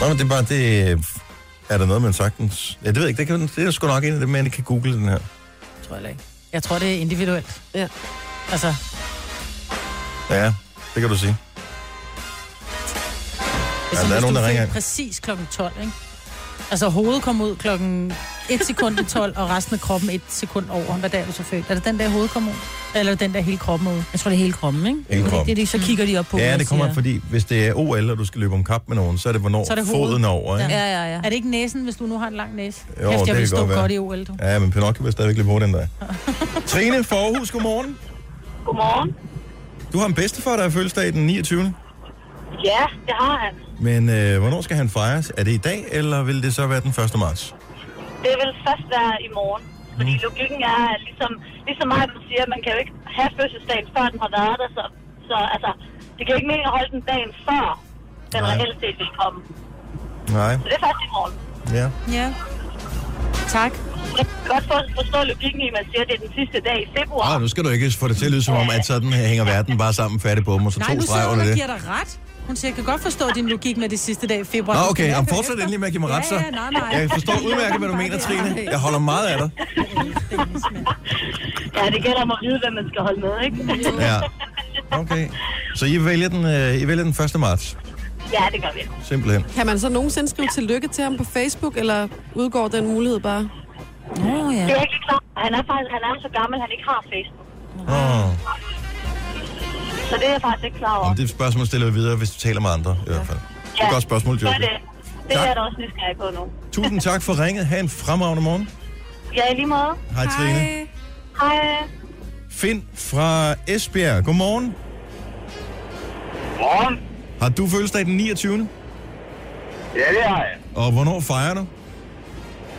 A: Nå, men det er bare, det øh, er der noget, man sagtens... Ja, det ved jeg ikke. Det, kan, det er sgu nok en af dem, man kan google den her.
C: Tror jeg ikke. Jeg tror, det er individuelt.
D: Ja.
C: Altså,
A: Ja, det kan du sige.
C: det
A: der er
C: er som, Altså, hvis
A: nogen,
C: du
A: der
C: er
A: ringer
C: født
A: ind.
C: præcis kl. 12, ikke? Altså, hovedet kom ud klokken 1 sekund i 12, og resten af kroppen 1 sekund over. Hvad dag er du så født? Er det den der hovedet kom ud? Eller er det den der hele kroppen ud?
B: Jeg tror, det er hele kroppen, ikke?
A: Hele
B: Det,
A: kroppen.
B: det, det, så kigger de op på
A: Ja,
B: mig
A: det kommer an,
B: og siger-
A: fordi hvis det er OL, og du skal løbe om kap med nogen, så er det, hvornår
C: Så er det hovedet.
A: foden er over, ikke?
B: Ja, ja, ja.
C: Er det ikke næsen, hvis du nu har en lang næse?
A: Jo,
C: Kæft,
A: det
C: jeg
A: kan
C: vil stå
A: godt være.
C: godt i OL, du.
A: Ja, men Pinocchio vil stadigvæk løbe hurtigt end dig. Trine Forhus, godmorgen.
G: Godmorgen.
A: Du har en bedstefar, der har fødselsdag den 29.
G: Ja, det har han.
A: Men øh, hvornår skal han fejres? Er det i dag, eller vil det så være den 1. marts?
G: Det vil først være i morgen. Fordi
A: Mm.
G: logikken er, at ligesom, ligesom Martin siger, man kan jo ikke have fødselsdagen, før den har været der. Så
I: Så altså, det kan jo ikke mening at holde den dagen før, den
A: Nej.
I: reelt set vil komme.
A: Nej,
I: Så det er først i morgen.
A: ja.
C: Ja. Tak.
I: Jeg kan godt for- forstå logikken i, at man siger, at det er den sidste dag i februar.
A: Ah, nu skal du ikke få det til at lyde som om, at sådan her hænger verden bare sammen færdig på dem, og så
C: Nej,
A: to
C: nu
A: streger
C: sidder hun
A: under
C: og
A: det.
C: giver dig ret. Hun siger, jeg kan godt forstå din logik med det sidste dag i februar.
A: Nå,
C: Du skal
A: okay,
C: nok
A: jamen,
C: høre
A: fortsæt
C: efter.
A: endelig med at give mig
C: ja,
A: ret, så.
C: Ja, nej, nej.
A: Jeg forstår udmærket, hvad du mener, Trine. Jeg holder meget af dig.
I: Ja, det gælder om at vide, hvem man skal holde med, ikke?
A: Ja. Okay. Så I vælger den, øh, I vælger den 1. marts,
I: ja, det gør vi.
A: simpelthen.
D: Kan man så nogensinde skrive tillykke til ham på Facebook, eller udgår den mulighed bare?
C: Nå,
I: Det
C: ja.
I: er jeg ikke klar. Han er faktisk han er jo så gammel, han ikke har Facebook.
A: Åh.
I: Så det er jeg faktisk ikke klar over.
A: Om det er et spørgsmål, stiller vi videre, hvis du taler med andre, i hvert fald. Det er et godt spørgsmål,
I: Så er
A: Jojo.
I: det. Det
A: Tak.
I: er jeg da også nysgerrig på nu.
A: Tusind tak for ringet. Ha' en fremragende morgen.
I: Ja, i lige måde.
A: Hej, Trine.
I: Hej.
A: Finn fra Esbjerg. Godmorgen.
H: Morgen.
A: Har du fødselsdag den 29.
H: Ja, det har jeg.
A: Og hvornår fejrer du?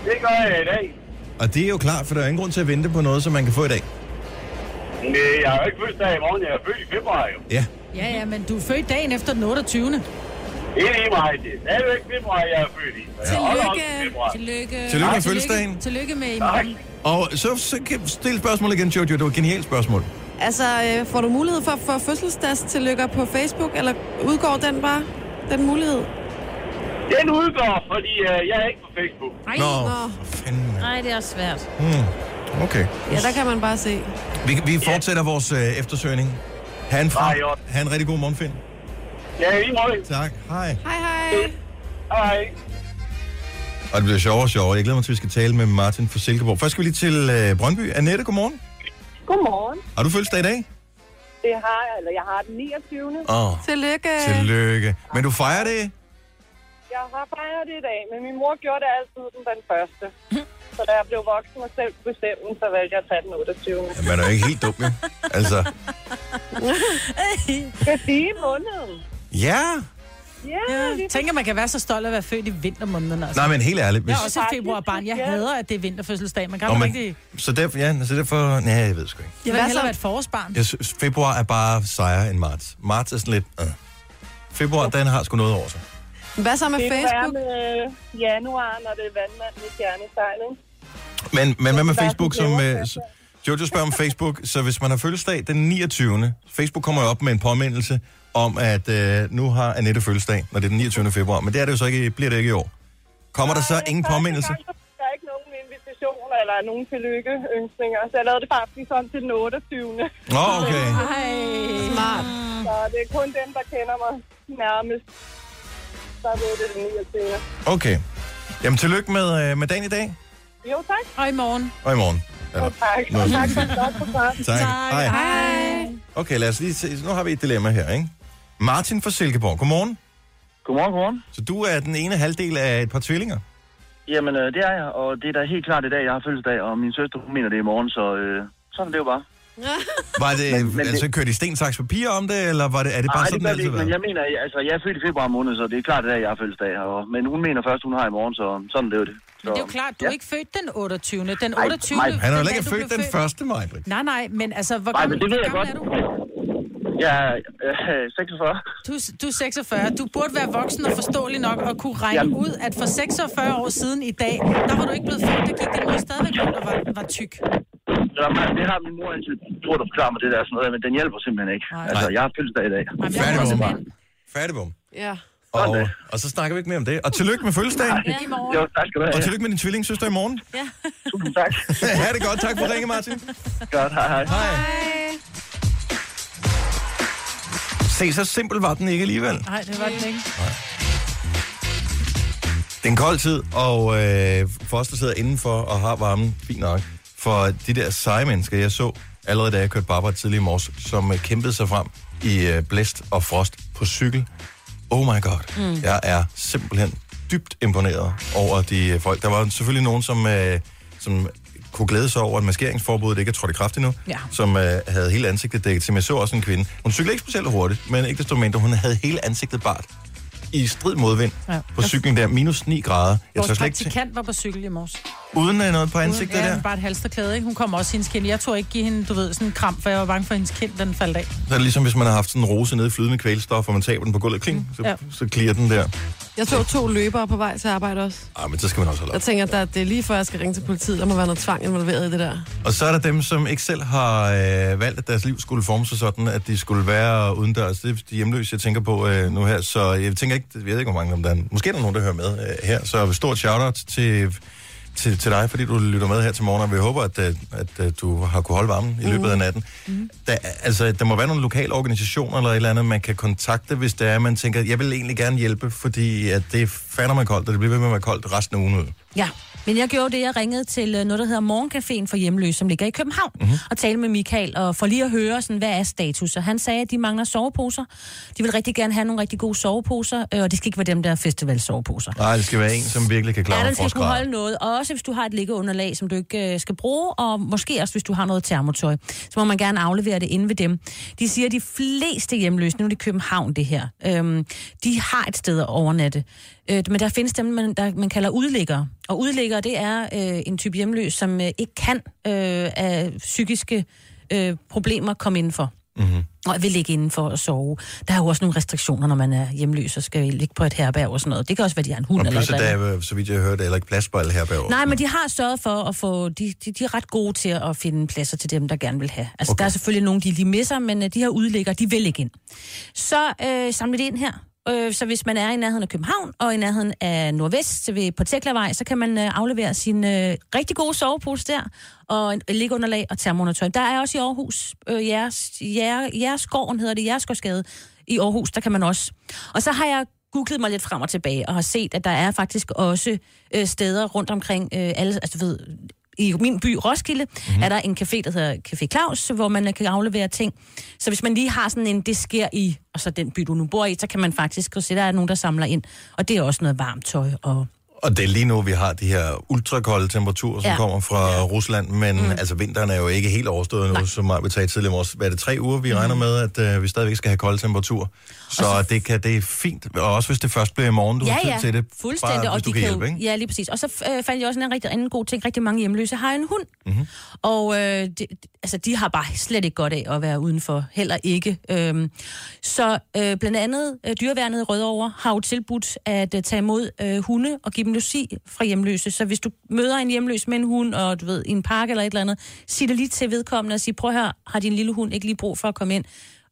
H: Det gør jeg i dag.
A: Og det er jo klart, for der er ingen grund til at vente på noget, som man kan få i dag.
H: Nej, jeg har jo ikke fødselsdag i morgen. Jeg er født i februar jo.
A: Ja.
C: Ja, ja, men du er født dagen efter den 28.
H: Det er lige meget. Det er stadigvæk februar, jeg er født i. Så jeg holder også
D: Tillykke.
H: til februar.
C: Tillykke.
A: Tillykke med fødselsdagen.
C: Tillykke med i
H: Tak.
C: morgen.
A: Og så, så kan- stil spørgsmålet igen, Jojo. Det var et genialt spørgsmål.
D: Altså, øh, får du mulighed for at få fødselsdagstillykker på Facebook, eller udgår den bare, den mulighed?
H: Den udgår, fordi øh, jeg er ikke på Facebook.
B: Nej,
A: Nå,
D: nå.
A: for fanden. mand.
B: nej, det er også svært.
A: Okay.
D: Ja, der kan man bare se.
A: Vi, vi fortsætter vores øh, eftersøgning. Ha' en,
H: Nej,
A: fra,
H: jo.
A: ha' en rigtig god morgen, Finn.
H: Ja, i lige måde.
A: Tak. Hej.
D: Hej, hej.
H: Hej.
A: Og det bliver sjovere og sjovere. Jeg glæder mig til, at vi skal tale med Martin fra Silkeborg. Først skal vi lige til øh, Brøndby. Annette, godmorgen.
G: Godmorgen.
A: Har du fødselsdag i dag?
G: Det har jeg, eller jeg har den 29.
A: Åh, oh,
D: Tillykke.
A: tillykke. Men du fejrer det?
G: Jeg har fejret det i dag, men min mor gjorde det altid den, den første. Så da jeg blev voksen og selv kunne bestemme, så valgte jeg at tage den 28.
A: Ja, man er jo ikke helt dum, jo. Altså,
G: Det er sige måneden.
A: ja.
G: Ja,
C: Jeg Øh, tænker, man kan være så stolt af at være født i vintermåneden. Altså.
A: Nej, men helt ærligt. Hvis,
C: Jeg er også et februarbarn. Jeg hader, at det er vinterfødselsdag. Man kan
A: Nå,
C: Nå,
A: men-
C: rigtig...
A: så derfor, ja, så derfor, nej, jeg ved sgu ikke.
C: Jeg vil hellere være et forårsbarn.
A: Jeg synes, februar er bare sejere end marts. Marts er sådan lidt, øh. Februar, den har sgu noget over sig.
D: Hvad så med
G: det kunne være
D: Facebook?
G: med øh, januar, når det er vandmanden i stjernesegn, ikke?
A: Men, men hvad med
G: Der er
A: Facebook,
G: sådan
A: som...
G: en
A: Øh, s- Jojo spørger om Facebook, så hvis man har fødselsdag den 29. Facebook kommer jo op med en påmindelse om, at øh, nu har Annette fødselsdag, når det er den 29. februar. Men det er det jo så ikke, bliver det ikke i år. Kommer der så
G: Nej,
A: ingen
G: første
A: påmindelse?
G: gang, Der er ikke nogen invitationer eller nogen tillykkeønskninger, så jeg lavede det faktisk sådan til den 28.
A: Nå, okay.
D: Smart.
G: Så det er kun dem, der kender mig nærmest. Så ved det den 29.
A: Okay. Jamen, tillykke med, øh, med dagen i dag
G: Jo, tak.
C: Og i morgen.
A: og i morgen. Eller,
G: Og tak.
A: Nå.
G: Og tak for et godt program.
A: tak. Hej.
D: Hej.
A: Okay, lad os lige se. Nu har vi et dilemma her, ikke? Martin fra Silkeborg, godmorgen.
H: Godmorgen, godmorgen.
A: Så du er den ene halvdel af et par tvillinger.
H: Jamen, øh, det er jeg, og det er da helt klart i dag, jeg har fødselsdag, og min søster, hun mener det i morgen, så øh, sådan er det jo bare.
A: Var det,
H: Men- men det-
A: altså, kørte I sten, saks, papir om det, eller var det, er det bare
H: Nej,
A: sådan,
H: det gør
A: altid
H: det ikke,
A: været?
H: men jeg mener, altså, jeg er født i februar måned, så det er klart i dag, jeg har fødselsdag, og, men hun mener først, hun har i morgen, så sådan er det jo det. Så,
C: Men det er jo klart, du er ikke født den 28. Den 28.
H: nej,
A: Han er jo
C: dag,
A: ikke
C: du
A: født
C: blev
A: den første maj, Britt.
C: Nej, nej, men altså, hvor
H: Nej,
C: gammel,
H: men det ved jeg
C: hvor
H: godt.
C: gammel er du?
H: Jeg er øh, 46.
C: Du, du er 46. Du burde være voksen og forståelig nok og kunne regne
H: Jamen.
C: ud, at for 46 år siden i dag, der var du ikke blevet født, der gik din mor stadigvæk rundt og var, var tyk.
H: Jamen, det har min mor altid prøvet at forklare mig det der sådan noget, men den hjælper simpelthen ikke.
C: Nej.
H: Altså, jeg har fødselsdag i dag.
C: Jamen, jeg
A: Færdig,
C: var også
A: bum.
B: altså,
C: mand.
A: Færdig, bum.
D: Ja.
A: Og,
H: Sådan da.
A: og så snakker vi ikke mere om det. Og tillykke med fødselsdagen.
C: Ja, i morgen.
H: Jo, tak skal du
A: Og
H: have.
A: tillykke med din tvillingssøster i morgen.
H: Tusind tak.
A: ha' det godt. Tak for ringe, Martin.
H: Godt, hej, hej.
A: Se, så simpel var den ikke alligevel.
C: Nej, det var den ikke.
A: Det er en kold tid, og øh, for os, der sidder indenfor og har varmen, fint nok. For de der seje mennesker, jeg så allerede da jeg kørte på arbejde tidlig i morges, som øh, kæmpede sig frem i øh, blæst og frost på cykel. Oh my god. Mm. Jeg er simpelthen dybt imponeret over de øh, folk. Der var selvfølgelig nogen, som, øh, som kunne glæde sig over, at maskeringsforbuddet ikke er trådt i kraft endnu,
C: Ja.
A: som øh, havde hele ansigtet dækket til. Men jeg så også en kvinde. Hun cyklede ikke specielt hurtigt, men ikke desto mindre, hun havde hele ansigtet bart i strid modvind
C: Ja.
A: ja. på cyklen der. Minus 9 grader. Jeg tør
C: Vores
A: slet ikke til-
C: praktikant var på cykel i morges.
A: Uden af noget på
C: Uden,
A: ansigtet
C: ja,
A: der.
C: men bare et halsterklæde, ikke? Hun kom også i hendes kind. Jeg tror ikke give hende, du ved, sådan en kram, for jeg var bange for, at hendes kind den faldt af.
A: Så er det ligesom, hvis man har haft sådan en rose nede i flydende kvælstof, og man taber den på gulvet, kling, så,
C: Ja.
A: ja. så klirer den der.
D: Jeg så to løbere på vej til arbejde også.
A: Ej, men så skal man også holde op.
D: Jeg tænker, at det er lige før, jeg skal ringe til politiet. Der må være noget tvang involveret i det der.
A: Og så er der dem, som ikke selv har øh, valgt, at deres liv skulle forme sig sådan, at de skulle være udendørs. Det er de hjemløse, jeg tænker på øh, nu her. Så jeg tænker ikke, jeg ved ikke, hvor mange af dem der er. Måske er der nogen, der hører med øh, her. Så stort shout-out til, til, til dig, fordi du lytter med her til morgen, og vi håber, at, øh, at, øh, du har kunne holde varmen i løbet af natten. Mm. Der, er- altså, der må være nogle lokale organisationer eller et eller andet, man kan kontakte, hvis der er, man tænker, jeg vil egentlig gerne hjælpe, fordi at det fatter man koldt, og det bliver ved med at være koldt resten af ugen ud.
B: Ja, men jeg gjorde det, jeg ringede til øh, noget, der hedder Morgencaféen for hjemløse, som ligger i København, mm-hmm. og talte med Michael, og for lige at høre, sådan, hvad er status. Og han sagde, at de mangler soveposer. De vil rigtig gerne have nogle rigtig gode soveposer, øh, og det skal ikke være dem, der er festivalsoveposer.
A: Nej, det skal være en, som virkelig kan klare
B: Ja, den skal kunne
A: frostgrader.
B: holde noget. Og også hvis du har et liggeunderlag, som du ikke øh, skal bruge, og måske også hvis du har noget termotøj, så må man gerne aflevere det inde ved dem. De siger, at de fleste hjemløse, nu er det København det her, øhm, de har et sted at overnatte. Øh, men der findes dem, man, der, man kalder udliggere. Og udliggere, det er øh, en type hjemløs, som øh, ikke kan øh, af psykiske øh, problemer komme indenfor.
A: Mhm.
B: Mm-hmm. Og vil ligge indenfor og sove. Der er jo også nogle restriktioner, når man er hjemløs og skal ligge på et herberg og sådan noget. Det kan også være, at de har en hund
A: Og
B: eller et
A: plus,
B: eller
A: at
B: andet.
A: der er, øh, så vidt jeg hørte, heller ikke plads på alle herberger.
B: Nej, men de har sørget for at få... De, de, de er ret gode til at finde pladser til dem, der gerne vil have. Altså, okay. der er selvfølgelig nogen, de lige misser, men øh, de her udlægger, de vil ikke ind. Så øh, samle det ind her. Øh, så hvis man er i nærheden af København og i nærheden af Nordvest så ved, på Teklavej, så kan man øh, aflevere sin øh, rigtig gode sovepose der, og en en liggeunderlag og termoundertøj. Der er også i Aarhus, øh, jeres, jer, Jeresgården hedder det, Jeresgårdsgade i Aarhus, der kan man også. Og så har jeg googlet mig lidt frem og tilbage, og har set, at der er faktisk også øh, steder rundt omkring øh, alle, altså du ved, i min by Roskilde, mm-hmm. er der en café, der hedder Café Claus, hvor man øh, kan aflevere ting. Så hvis man lige har sådan en, det sker i, og så den by, du nu bor i, så kan man faktisk gå se, der er nogen, der samler ind. Og det er også noget varmt tøj. Og...
A: Og det er lige nu, vi har de her ultrakolde temperaturer, som
B: Ja.
A: ja. kommer fra ja. Rusland, men mm. altså vinteren er jo ikke helt overstået nu, som vi sagde tidligere om os. Hvad er det, tre uger, vi mm. regner med, at øh, vi stadigvæk skal have kolde temperaturer? Så, så det, kan, det er fint, og også hvis det først bliver i morgen, du
B: ja,
A: har tid
B: ja,
A: til det.
B: fuldstændig.
A: Bare, hvis
B: og
A: du
B: de
A: kan
B: kan jo-
A: hjælpe, ikke?
B: Ja, lige præcis. Og så øh, fandt jeg også en anden rigtig anden god ting. Rigtig mange hjemløse har en hund.
A: Mhm.
B: Mm-hmm. Og øh, de, altså, de har bare slet ikke godt af at være udenfor. Heller ikke. Øhm, så øh, blandt andet øh, dyreværnet i Rødovre har jo tilbudt at øh, tage imod øh, hunde og give dem logi fra hjemløse. Så hvis du møder en hjemløs med en hund, og du ved, i en park eller et eller andet, sig det lige til vedkommende og sig, prøv her, har din lille hund ikke lige brug for at komme ind?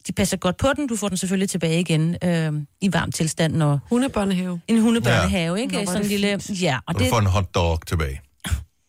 B: De passer godt på den, du får den selvfølgelig tilbage igen øh, i varm tilstand, når
D: Hundebørnehave.
B: en hundebørnehave, ja. ikke?
D: Nå, hvor er
B: Sådan en
D: det
B: lille... Ja, og
A: Og
B: det
A: du får
B: er
A: en hotdog tilbage.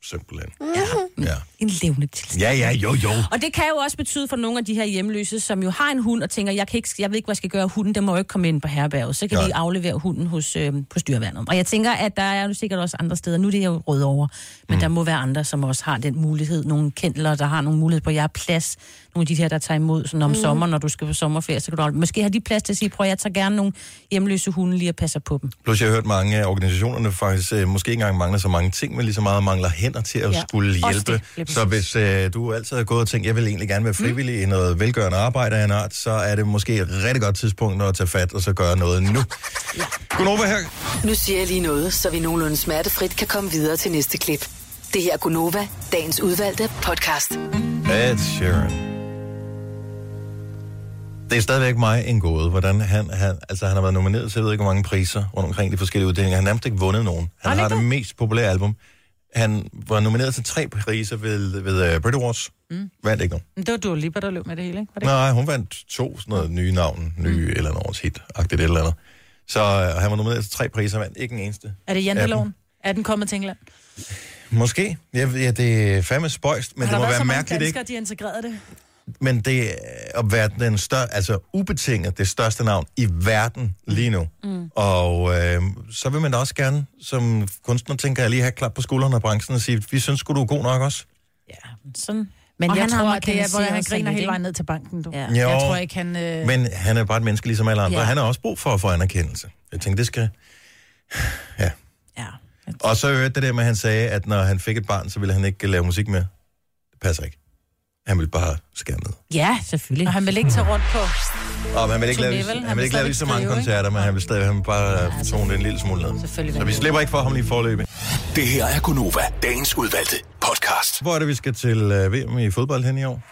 A: Simpelthen. Ja. ja.
B: en levende tilstand.
A: Ja, ja, jo, jo.
B: Og det kan jo også betyde for nogle af de her hjemløse, som jo har en hund og tænker, jeg, kan ikke, jeg ved ikke, hvad jeg skal gøre. Hunden, den må jo ikke komme ind på herberget. Så kan
A: Nej.
B: vi aflevere hunden hos, øh, hos dyrvandet. Og jeg tænker, at der er jo sikkert også andre steder. Nu er det jo rød over. Men mm. der må være andre, som også har den mulighed. Nogle kendler, der har nogle mulighed på, jeg har plads. Nogle af de her, der tager imod sådan om mm. sommeren, når du skal på sommerferie. Så kan du al- måske har de plads til at sige, prøv at jeg tager gerne nogle hjemløse hunde lige og passer på dem.
A: Plus jeg har hørt mange af organisationerne faktisk øh, måske ikke engang mangler så mange ting, men lige så meget mangler hænder til at
B: Ja,
A: ja. skulle
B: også
A: hjælpe.
B: det, lige præcis.
A: så hvis øh, du altid har gået og tænkt, jeg vil egentlig gerne være frivillig mm. i noget velgørende arbejde af en art, så er det måske et rigtig godt tidspunkt at tage fat og så gøre noget nu. ja. Godnova her.
E: Nu siger jeg lige noget, så vi nogenlunde smertefrit kan komme videre til næste klip. Det her er Gunova, dagens udvalgte podcast.
A: Ed Sheeran. Det er stadigvæk mig en gåde, hvordan han, han, altså han har været nomineret til, jeg ved ikke, hvor mange priser rundt omkring de forskellige uddelinger. Han har nærmest ikke vundet nogen. Han har det mest populære album. Han var nomineret til tre priser ved, ved uh, Brit Awards. Mm. Vandt ikke nogen.
C: Men det var Dua Lipa, der løb med det hele, ikke? Var det?
A: Nej, hun vandt to sådan noget nye navn, nye mm. eller andet års hit, agtigt et eller andet. Så uh, han var nomineret til tre priser, vandt ikke en eneste.
C: Er det janteloven? Er den kommet til England?
A: Måske. Ja, ja det er fandme spøjst, men
C: har
A: det må
C: der været
A: være
C: så mange
A: mærkeligt, ikke?
C: danskere, de har integreret det?
A: men det er at være den største, altså ubetinget det største navn i verden lige nu. Mm. Og øh, så vil man da også gerne, som kunstner, tænker jeg lige have et klap på skulderen af branchen og sige, vi synes sgu, du er god nok også.
B: Sådan.
C: Men
B: Og
C: jeg
B: han har
C: tror, at det er, hvor
B: amerikaniseret
C: han
B: sig
C: griner
B: lidt,
C: hele
B: ikke?
C: vejen ned til banken, du.
B: Ja.
A: Jo.
C: Jeg tror ikke, han... Øh...
A: Men han er bare et menneske ligesom alle andre.
B: Ja.
A: Ja. Han har også brug for at få anerkendelse. Jeg tænkte, det skal... Ja.
B: Ja.
A: Og så hørte det der med, at han sagde, at når han fik et barn, så ville han ikke lave musik mere. Det passer ikke. Han vil bare skære ned.
B: Ja, selvfølgelig.
C: Og han vil ikke tage rundt på...
A: Og han vil ikke
C: Turné,
A: lave,
C: vel? Han
A: han,
C: vil
A: vil ikke lave
C: stadig
A: lige så mange
C: skrive, ikke?
A: koncerter, men han vil stadig han vil bare ja, tone det en lille smule ned.
C: Selvfølgelig.
A: Så vi slipper ikke for ham lige forløbig.
F: Det her er Gunova, dagens udvalgte podcast.
A: Hvor er det, vi skal til øh, VM i fodbold hen i år?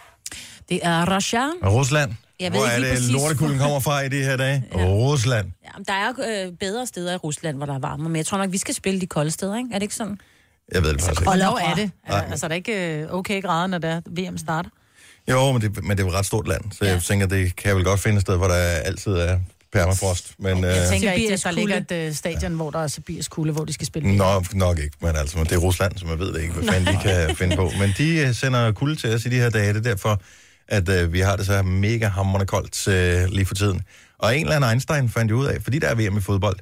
B: Det er Russia.
A: Og Rusland.
B: Jeg ved
A: Hvor
B: ikke
A: er
B: lige
A: det,
B: præcis,
A: lortekuglen
B: hvor-
A: kommer fra i de her dage? Ja. Rusland.
B: Jamen, der er jo øh, bedre steder i Rusland, hvor der er varmere, men jeg tror nok, vi skal spille de kolde steder, ikke? Er det ikke sådan?
A: Jeg ved det faktisk
C: Og
A: ikke.
C: lov er det. Altså, er der ikke øh, okay grader, når der VM starter?
A: Jo, men det, men det er jo et ret stort land, så ja. jeg tænker, det kan jeg vel godt finde et sted, hvor der altid er permafrost. Men, øh,
C: Jeg tænker ikke, at
B: Sibirisk
C: der ligger et
B: kulde.
C: øh, stadion, hvor der er Sibirisk kulde, hvor de skal spille.
A: Nok, nok ikke, men altså, det er Rusland, som jeg ved det ikke, hvad fanden de kan finde på. Men de øh, sender kulde til os i de her dage, det er derfor, at øh, vi har det så mega hammerende koldt øh, lige for tiden. Og en eller anden Einstein fandt jo ud af, fordi der er VM i fodbold,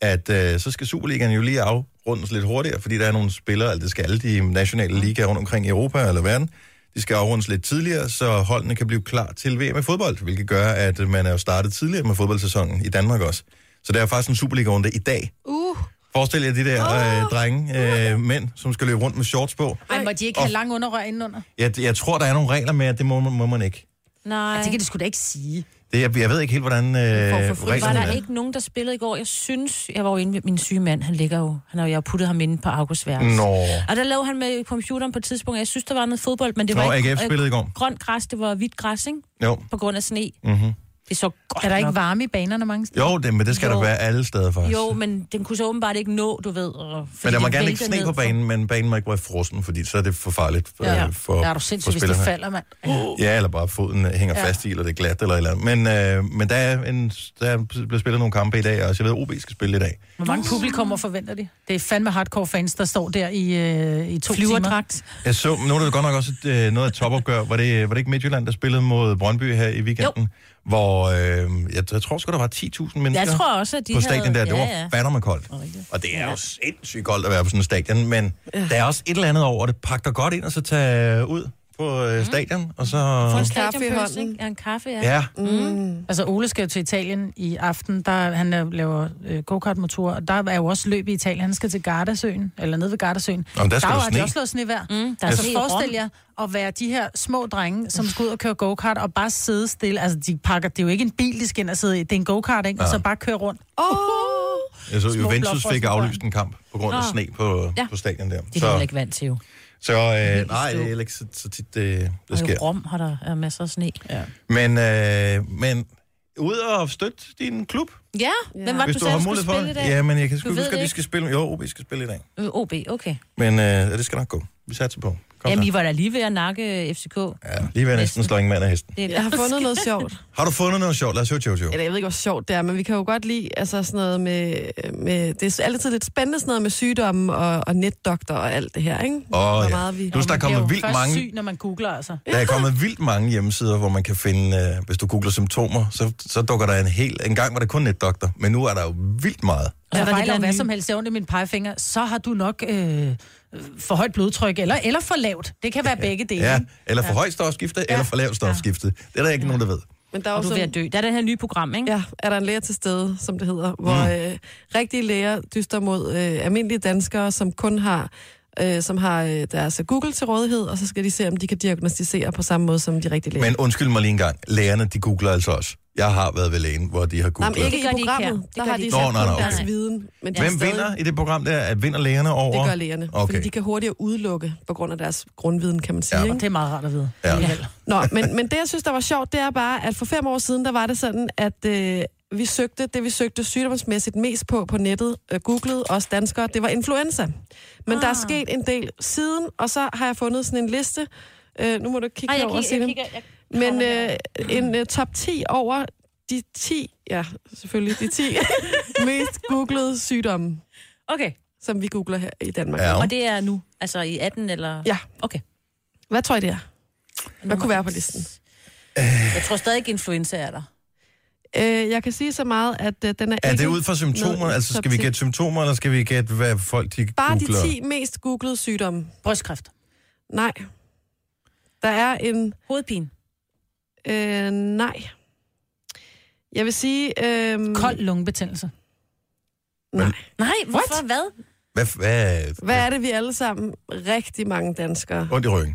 A: at øh, så skal Superligaen jo lige afrundes lidt hurtigere, fordi der er nogle spillere, eller det skal alle de nationale ligaer rundt omkring i Europa eller verden, de skal afrundes lidt tidligere, så holdene kan blive klar til VM i fodbold, hvilket gør, at øh, man er jo startet tidligere med fodboldsæsonen i Danmark også. Så der er faktisk en Superliga-runde i dag,
D: Uh,
A: Forestil jer de der øh, drenge, øh, mænd, som skal løbe rundt med shorts på.
C: Ej, må de ikke have lang underrør indenunder?
A: Jeg, jeg tror, der er nogle regler med, at det må, man- må man ikke.
B: Nej.
C: Det kan de sgu da ikke sige.
A: Det, jeg, jeg ved ikke helt, hvordan øh, reglerne
C: for fri-
B: Var
A: er.
B: der ikke nogen, der spillede i går? Jeg synes, jeg var jo inde ved min syge mand. Han ligger jo. Han har jo jeg har puttet ham inde på August værelse.
A: Nå.
B: Og der lavede han med computeren på et tidspunkt. og Jeg synes, der var noget fodbold, men det
A: Nå,
B: var ikke...
A: AGF spillede i går.
B: Grønt græs, det var hvidt græs, ikke?
A: Jo.
B: På grund af sne. Mm-hmm. Det så godt
C: Er der ikke
B: nok.
C: varme i banerne mange steder?
A: Jo, det, men det skal jo.
B: Jo.
A: der være alle steder, faktisk.
B: Jo, men den kunne så åbenbart ikke nå, du ved. Og, fordi
A: men der må
B: den
A: gerne ikke
B: væltede
A: sne
B: ned
A: på
B: fra-
A: banen, men banen må ikke være frossen, fordi så er det for farligt øh,
C: Ja.
A: for,
C: Der er du
A: for
C: sindssygt, hvis det
A: spillerne.
C: falder, mand.
A: Ja, eller bare foden øh, hænger ja. fast i, eller det er glat, eller et eller andet. Men, øh, men der, er en, der bliver spillet nogle kampe i dag, og jeg ved, at OB skal spille i dag.
C: Hvor mange publikummer forventer de? Det er fandme hardcore fans, der står der i, øh, i to
B: Flyverdragt.
C: timer.
A: Jeg så, nu er det godt nok også et, øh, noget af et topopgør. Var det, var det ikke Midtjylland, der spillede mod Brøndby her i weekenden? Jo. Hvor øh, jeg, jeg tror sgu, der var 10.000 mennesker
B: Jeg tror også, at de
A: på stadion der.
B: havde...
A: Det var
B: ja, ja.
A: fandme med koldt. Og det er jo sindssygt koldt at være på sådan en stadion, men der er også et eller andet over, det pakker godt ind og så tage ud på øh, stadion, og så...
D: en kaffe i
B: Stadionpølse,
D: hånden.
B: ikke? Ja, en kaffe, ja.
A: Ja,
C: Altså, Ole skal jo til Italien i aften. Der, han øh, laver øh, go-kart-motor, og der er jo også løb i Italien. Han skal til Gardasøen, eller ned ved Gardasøen.
A: Jamen, der skal
C: der
A: der
C: var- har
A: sne.
C: de også slået snevejr. Mm,
B: der er
C: altså,
B: sne i
C: forestil
B: Rom.
C: jer at være de her små drenge, som skal ud og køre go-kart, og bare sidde stille. Altså, de pakker, det er jo ikke en bil, de skal ind og sidde i. Det er en go-kart, ikke? Ja. Og så bare køre rundt.
A: jeg så
C: Små
A: Juventus
C: blåfrosne
A: fik
C: børn.
A: aflyst en kamp på grund af
B: Nå.
A: sne på,
B: Ah. Ja.
A: på stadion der.
B: Det er de heller
A: så
B: ikke vant til, jo.
A: så øh, nej, det er heller ikke så, så tit, det, det
B: Og i
A: sker.
B: Rom har der er masser af sne. Ja,
A: Men, øh, men ud og støtte din klub.
B: ja. hvem var det,
A: Hvis
B: du
A: du
B: sagde,
A: har
B: du skulle
A: mulighed for
B: spille i
A: det.
B: dag?
A: Ja, men jeg kan sgu
B: Du
A: ikke
B: ved
A: huske, at
B: det
A: de skal spille. Jo, OB skal spille i dag.
B: Øh, OB, okay.
A: Men øh, det skal nok gå. Vi satser på. Kom
B: Jamen,
A: så.
B: I var da lige ved at nakke øh, FCK.
A: Ja, lige ved næsten slå ingen mand af hesten.
B: Det er
D: jeg har fundet noget sjovt.
A: Har du fundet noget sjovt? Lad os høre Jojo.
D: Eller jeg ved ikke, hvor sjovt det er, men vi kan jo godt lide altså sådan noget med... med det er altid lidt spændende sådan noget med sygdomme og, og netdoktor og alt det her, ikke?
A: Åh,
D: Hvor
A: ja.
D: meget vi...
A: Du der er
C: Det er jo
A: kommet vildt
C: først
A: mange...
C: syg, når man googler, altså.
A: Der er kommet vildt mange hjemmesider, hvor man kan finde, øh, hvis du googler symptomer, så, så dukker der en hel... En gang var det kun netdoktor, men nu er der jo vildt meget.
C: Og
B: Ja,
C: jeg
B: der ligger
C: fejler Altså,
B: en
C: hvad
B: ny.
C: som helst, jeg har ondt i min pegefinger, så har du nok øh, øh, for højt blodtryk, eller, eller for lavt. Det kan være begge dele.
A: Ja,
C: Ja.
A: eller for højt stofskifte, eller for lavt stofskifte. Det er der ikke nogen, der ved.
D: Men der er
B: Og du
D: jo
B: er ved at
D: sådan,
B: dø. Der er det her nye program, ikke?
D: ja, er der en læger til stede, som det hedder, hvor
A: Mm.
D: øh, rigtige læger dyster mod øh, almindelige danskere, som kun har øh, som har øh, deres Google til rådighed, og så skal de se, om de kan diagnostisere på samme måde som de rigtige læger.
A: Men undskyld mig lige en gang. Lægerne, de googler altså også. Jeg har været ved lægen, hvor de har
D: Nej, men
A: googlet.
D: ikke i
B: gør de ikke her.
D: programmet.
B: Det
D: Der
B: gør
D: har
B: de
D: de
B: ikke.
D: sat
A: Nå, nej,
D: kun
A: nej,
D: deres
B: okay.
D: viden. Men de er
A: Hvem
D: stadig-
A: vinder i det program der? At vinder lægerne over?
D: Det gør lægerne, okay. fordi
A: Okay.
D: de kan hurtigere udelukke på grund af deres grundviden, kan man sige.
A: Ja.
D: Ja.
C: Det
D: Ikke?
C: er meget rart at vide.
A: Ja.
C: Alligevel.
D: Nå, men, men det, jeg synes, der var sjovt, det er bare, at for fem år siden, der var det sådan, at øh, vi søgte, det vi søgte sygdomsmæssigt mest på på nettet, øh, googlede os danskere, det var influenza. Men ah. der er sket en del siden, og så har jeg fundet sådan en liste. Øh, nu må du ikke kigge
B: Ej, jeg
D: herover,
B: kigger, jeg
D: Signe.
B: kigger, jeg
D: Men øh, en øh, top 10 over de 10, ja, selvfølgelig de 10 mest googlede sygdomme,
B: Okay,
D: som vi googler her i Danmark.
A: Ja.
B: og det er nu, altså i 18 eller...
D: Ja.
B: Okay.
D: Hvad tror I, det er? Hvad kunne være på listen?
B: Jeg tror stadig ikke, influenza er der.
D: Øh, jeg kan sige så meget, at øh, den er
A: Er
D: ikke...
A: det ud fra symptomer?
D: med i
A: Altså,
D: top
A: skal vi
D: 10?
A: gætte symptomer, eller skal vi gætte, hvad folk de
D: Bare
A: googler?
D: de 10 mest googlede sygdomme.
C: Brystkræft.
D: Nej. Der er en...
B: Hovedpine.
D: Øh, nej. Jeg vil sige... Øh,
C: Kold lungebetændelse.
D: Nej.
B: Nej, hvorfor? Hvad?
A: Hvad, hvad,
D: Hvad er det, vi alle sammen, rigtig mange danskere...
A: Ondt i ryggen.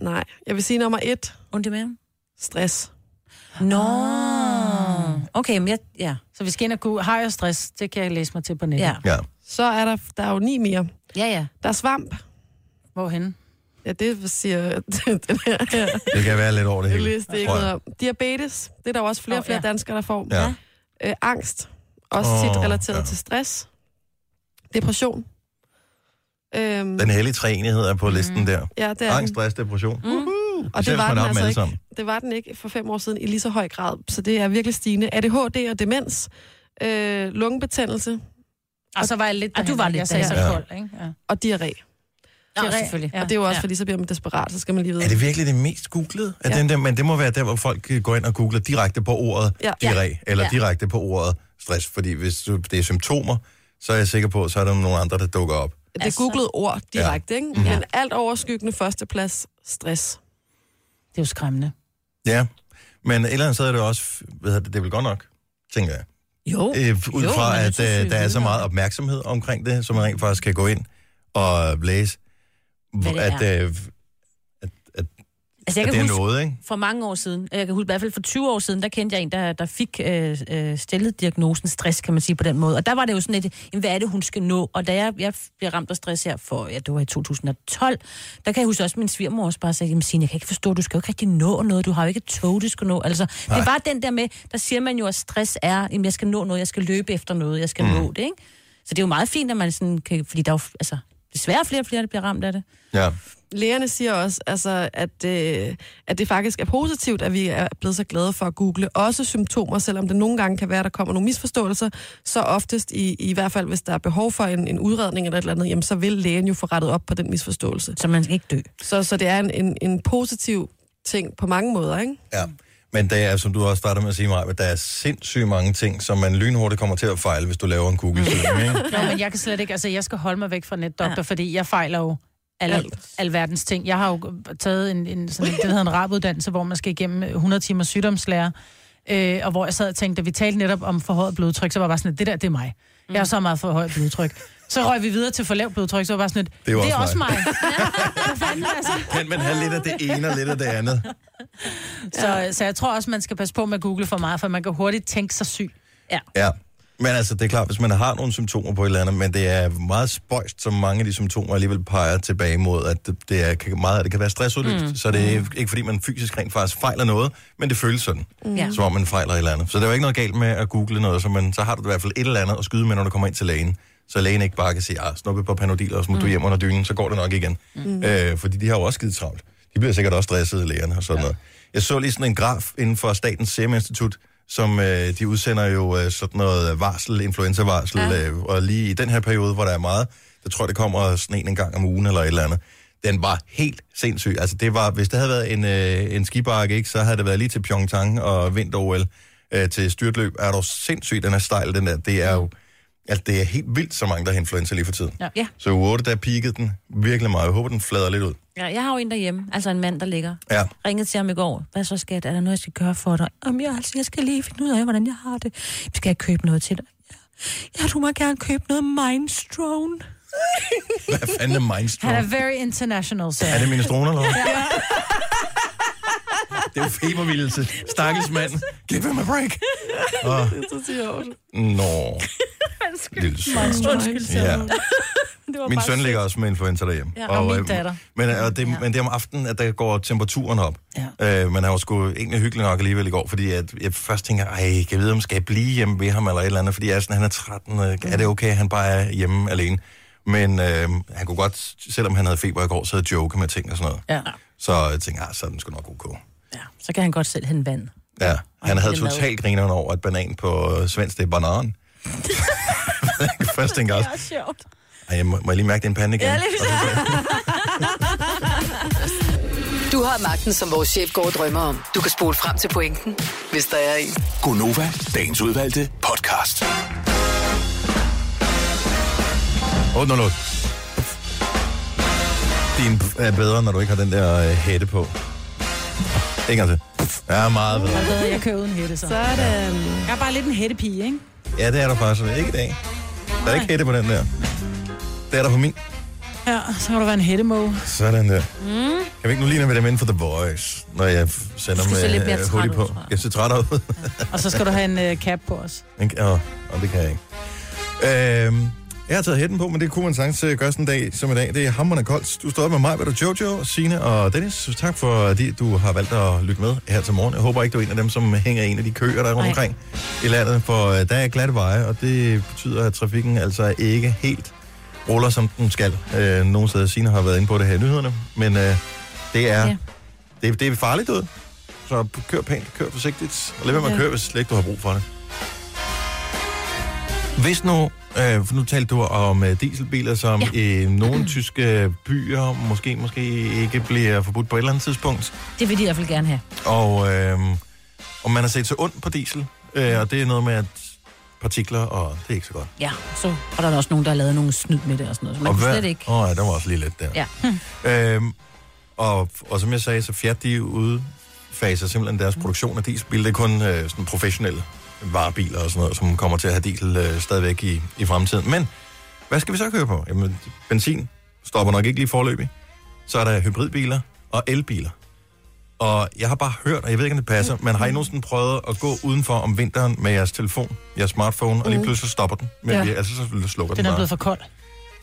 D: Nej. Jeg vil sige nummer et.
B: Ondt i maven?
D: Stress.
B: Nå. Okay, men jeg, ja.
C: Ah. Så vi skal ind og gå. Har jeg stress? Det kan jeg læse mig til på nettet.
B: Ja.
A: Ja.
D: Så er der, der er jo ni mere.
B: Ja, ja.
D: Der er svamp.
C: Hvorhen?
D: Ja, det siger den her, her
A: Det kan være lidt over det hele.
D: liste ikke
A: Tror jeg.
D: noget om. Diabetes. Det er der jo også flere og
C: Åh,
D: flere
C: ja.
D: danskere, der får.
A: Ja.
D: Øh, angst. Også
A: Åh,
D: tit relateret
A: ja.
D: til stress. Depression. Øhm,
A: Den hellige træenighed er på listen der.
D: Mm. ja, Mm. det er
A: Angst,
D: den.
A: stress, depression. Uh-huh.
D: Og det var, den
A: man har dem
D: altså
A: alle
D: ikke,
A: sammen.
D: det var den ikke for fem år siden i lige så høj grad. Så det er virkelig stigende. ADHD og demens. Øh, lungebetændelse
C: Og så var jeg lidt
B: Ah, du
C: derhen,
B: var
C: ikke?
B: lidt
C: Jeg sagde så
A: derhen.
C: kold, ikke? Ja.
D: og diarré.
B: Nå,
C: Diarré.
B: selvfølgelig.
C: Ja.
D: Og det er jo også,
B: Ja.
D: fordi så bliver man desperat, så skal man lige vide.
A: Er det virkelig det mest googlede? Er
D: Ja.
A: den der, men det må være der, hvor folk øh, går ind og googler direkte på ordet
D: Ja.
A: diarré, eller
B: Ja.
A: direkte på ordet stress, fordi hvis du- det er symptomer, så er jeg sikker på, så er der nogle andre, der dukker op.
D: det
B: Altså-
D: googlede ord direkte, ikke? Mm-hmm. Men alt overskyggende førsteplads, stress.
C: Det er jo skræmmende.
A: Ja, men et eller andet sted er det også, hvad hedder det, det er vel godt nok, tænker jeg.
B: Jo.
A: Øh, ud
B: Jo,
A: fra,
B: men jeg
A: at
B: synes,
A: øh,
B: vi
A: der er så
B: ved
A: meget opmærksomhed omkring det, så man rent faktisk kan gå ind og læse,
B: Hvad
A: hvor-
B: det
A: at, øh,
B: Altså, jeg
A: at
B: kan
A: det er
B: huske,
A: noget, ikke?
B: for mange år siden, jeg kan huske i hvert fald for 20 år siden, der kendte jeg en, der, der fik øh, øh, stillet diagnosen stress, kan man sige på den måde. Og der var det jo sådan et, "Jamen, hvad er det, hun skal nå? Og da jeg, jeg blev ramt af stress her for, ja, det var i 2012, der kan jeg huske også, at min svigermor også bare sagde, jamen Signe, jeg kan ikke forstå, du skal jo ikke rigtig nå noget, du har jo ikke et tog, du skal nå. Altså, det er bare den der med, der siger man jo, at stress er, jamen jeg skal nå noget, jeg skal løbe efter noget, jeg skal mm. nå det, ikke? Så det er jo meget fint, at man sådan kan, fordi der er jo, altså, desværre flere og flere, der bliver ramt af det.
A: Ja.
D: Lægerne siger også, altså, at, øh, at det faktisk er positivt, at vi er blevet så glade for at google også symptomer, selvom det nogle gange kan være, at der kommer nogle misforståelser, så oftest i, i hvert fald, hvis der er behov for en, en udredning eller et eller andet, jamen, så vil lægen jo få rettet op på den misforståelse.
B: Så man skal ikke dø.
D: Så, så det er en, en, en positiv ting på mange måder, ikke?
A: Ja. Men der er, som du også startede med at sige, Maja, der er sindssygt mange ting, som man lynhurtigt kommer til at fejle, hvis du laver en Google-søgning, ikke?
C: Nå, men jeg kan slet ikke, altså jeg skal holde mig væk fra netdoktor, ja. fordi jeg fejler jo al,
D: Alt.
C: alverdens ting. Jeg har jo taget en, en sådan, en- det hedder en rabuddannelse, hvor man skal igennem 100 timer sygdomslærer, øh, og hvor jeg sad og tænkte, da vi talte netop om forhøjet blodtryk, så var jeg bare sådan, lidt, det der, det er mig. Jeg har så meget for højt blodtryk. Så røg vi videre til for lavt blodtryk, så var jeg bare sådan, lidt,
A: Det er jo
C: det er
A: også
C: også
A: mig."
C: mig. Hvad fanden, altså?
A: Kan man have lidt af det ene og lidt af det andet?
C: så, så jeg tror også, man skal passe på med at google for meget, for man kan hurtigt tænke sig syg.
A: Ja. Men altså, det er klart, hvis man har nogle symptomer på et eller andet, men det er meget spøjst, som mange af de symptomer alligevel peger tilbage mod, at det, det er, kan, meget af det kan være stressudløst, mm. så det er ikke fordi, man fysisk rent faktisk fejler noget, men det føles sådan, mm.
B: Ja.
A: som om man fejler et eller andet. Så der er jo ikke noget galt med at google noget, så, man, så har du i hvert fald et eller andet at skyde med, når du kommer ind til lægen. Så lægen ikke bare kan sige, ah, snuppe på panodil, og smut du hjem under dynen, så går det nok igen. Mm. Øh, fordi de har jo også givet travlt. De bliver sikkert også stressede, lægerne og sådan ja. noget. Jeg så lige sådan en graf inden for Statens Serum Institut, som øh, de udsender jo øh, sådan noget varsel, influenzavarsel, ja. øh, og lige i den her periode, hvor der er meget, der tror jeg, det kommer sådan en, en gang om ugen eller et eller andet. Den var helt sindssyg. Altså det var, hvis det havde været en, øh, en skibakke, ikke, så havde det været lige til Pyeongchang og vinter-OL øh, til styrtløb. Er du sindssyg, den er stejl, den der. Det er jo, altså det er helt vildt, så mange, der har influenza lige for tiden.
C: Ja.
B: Ja.
A: Så uge 8, der peakede den virkelig meget. Jeg håber, den flader lidt ud.
B: Ja, jeg har jo en derhjemme, altså en mand, der ligger.
A: Ja.
B: Ringede til ham i går. Hvad så, skat? Er der noget, jeg skal gøre for dig? Om jeg, altså, jeg skal lige finde ud af, hvordan jeg har det. Skal jeg købe noget til dig? Ja, ja du må gerne købe noget Mindstrone.
A: Hvad fanden er Mindstorm?
C: Han er very international, så.
A: Er det mine stroner, eller hvad? Det er jo febervildelse. Stakkels mand. Give him a break. Og,
D: Så siger jeg over det.
A: nå. Lille søn. Ja. Min søn ligger også med influenza derhjemme. Ja,
C: og min datter.
A: Men, øh, og det, ja. men det er om aftenen, at der går temperaturen op. Ja. Øh, men han var sgu egentlig hyggelig nok alligevel i går, fordi at jeg først tænker, ej, kan jeg vide, om skal jeg blive hjemme ved ham eller et eller andet, fordi jeg er sådan, han er 13, øh, er det okay, at han bare er hjemme alene? Men øh, han kunne godt, selvom han havde feber i går, så havde joke med ting og sådan noget.
C: Ja.
A: Så jeg tænkte, ah, så er den sgu nok okay.
B: Ja, så kan han godt selv hente vand.
A: Ja, han
B: det
A: havde
B: er mad.
A: totalt grineren over, at banan på øh, svensk, det er banan. Først tænkte jeg også,
B: sjovt.
A: ej, må, må jeg lige mærke, det er en pande igen? Ja,
E: Du har magten, som vores chef går og drømmer om. Du kan spole frem til pointen, hvis der er en.
F: Gonova, dagens udvalgte podcast.
A: 808. Din er bedre, når du ikke har den der øh, hætte på. En gang til. Ja, meget bedre.
C: Jeg, jeg kører uden hætte, så.
D: Sådan.
C: Jeg er bare lidt en hættepige, ikke?
A: Ja, det er der faktisk. Ikke i dag. Der er ikke hætte på den der. Det er der på min.
C: Ja, så må du være en hættemåge.
A: Sådan der. Mm. Kan vi ikke nu ligne med dem inden for The Voice, når jeg f- sender
B: Du skal se lidt mere
A: med øh, hoodie
B: træt ud,
A: på?
B: tror jeg.
A: Jeg ser træt ud.
C: Og så skal du have en øh, cap på os.
A: Ikke? Åh, oh, det kan jeg ikke. Øhm, jeg har taget hætten på, men det kunne man sagtens øh, gøre sådan en dag som i dag. Det er hammerende koldt. Du står op med mig, hvad du Jojo, Sine og Dennis. Tak for det, du har valgt at lytte med her til morgen. Jeg håber ikke, du er en af dem, som hænger i en af de køer, der er rundt
B: Nej.
A: omkring i landet, for øh, der er glatte veje, og det betyder, at trafikken altså ikke helt ruller, som den skal. Øh, nogle steder, Sine har været inde på det her i nyhederne, men øh, det er...
B: Ja.
A: Det, det er farligt ud. Så kør pænt, kør forsigtigt, og lad være med at
D: Ja.
A: køre, hvis slet ikke du har brug for det. Hvis nu, øh, for nu talte du om øh, dieselbiler, som ja.
B: Ja.
A: i nogle tyske byer måske, måske ikke bliver forbudt på et eller andet tidspunkt.
B: Det vil de i hvert fald gerne have.
A: Og, øh, og man har set så ondt på diesel, øh, og det er noget med, at partikler, og det er ikke så godt.
B: Ja, så og der er der også nogen, der har lavet nogle snyd med det og sådan noget. Så man
A: og
B: kan slet ikke...
A: Åh, oh, ja, der var også lige lidt der.
B: Ja.
A: Øhm, og, og som jeg sagde, så Fiat de udfaser simpelthen deres produktion af dieselbiler. Det er kun øh, sådan professionelle varebiler og sådan noget, som kommer til at have diesel øh, stadigvæk i, i fremtiden. Men hvad skal vi så køre på? Jamen, benzin stopper nok ikke lige forløbig. Så er der hybridbiler og elbiler. Og jeg har bare hørt, og jeg ved ikke, om det passer, men har I nogensinde prøvet at gå udenfor om vinteren med jeres telefon, jeres smartphone,
B: Mm.
A: og lige pludselig stopper den? Men
C: Ja.
A: ja. altså, så slukker den,
C: Den er
A: bare.
C: blevet for kold.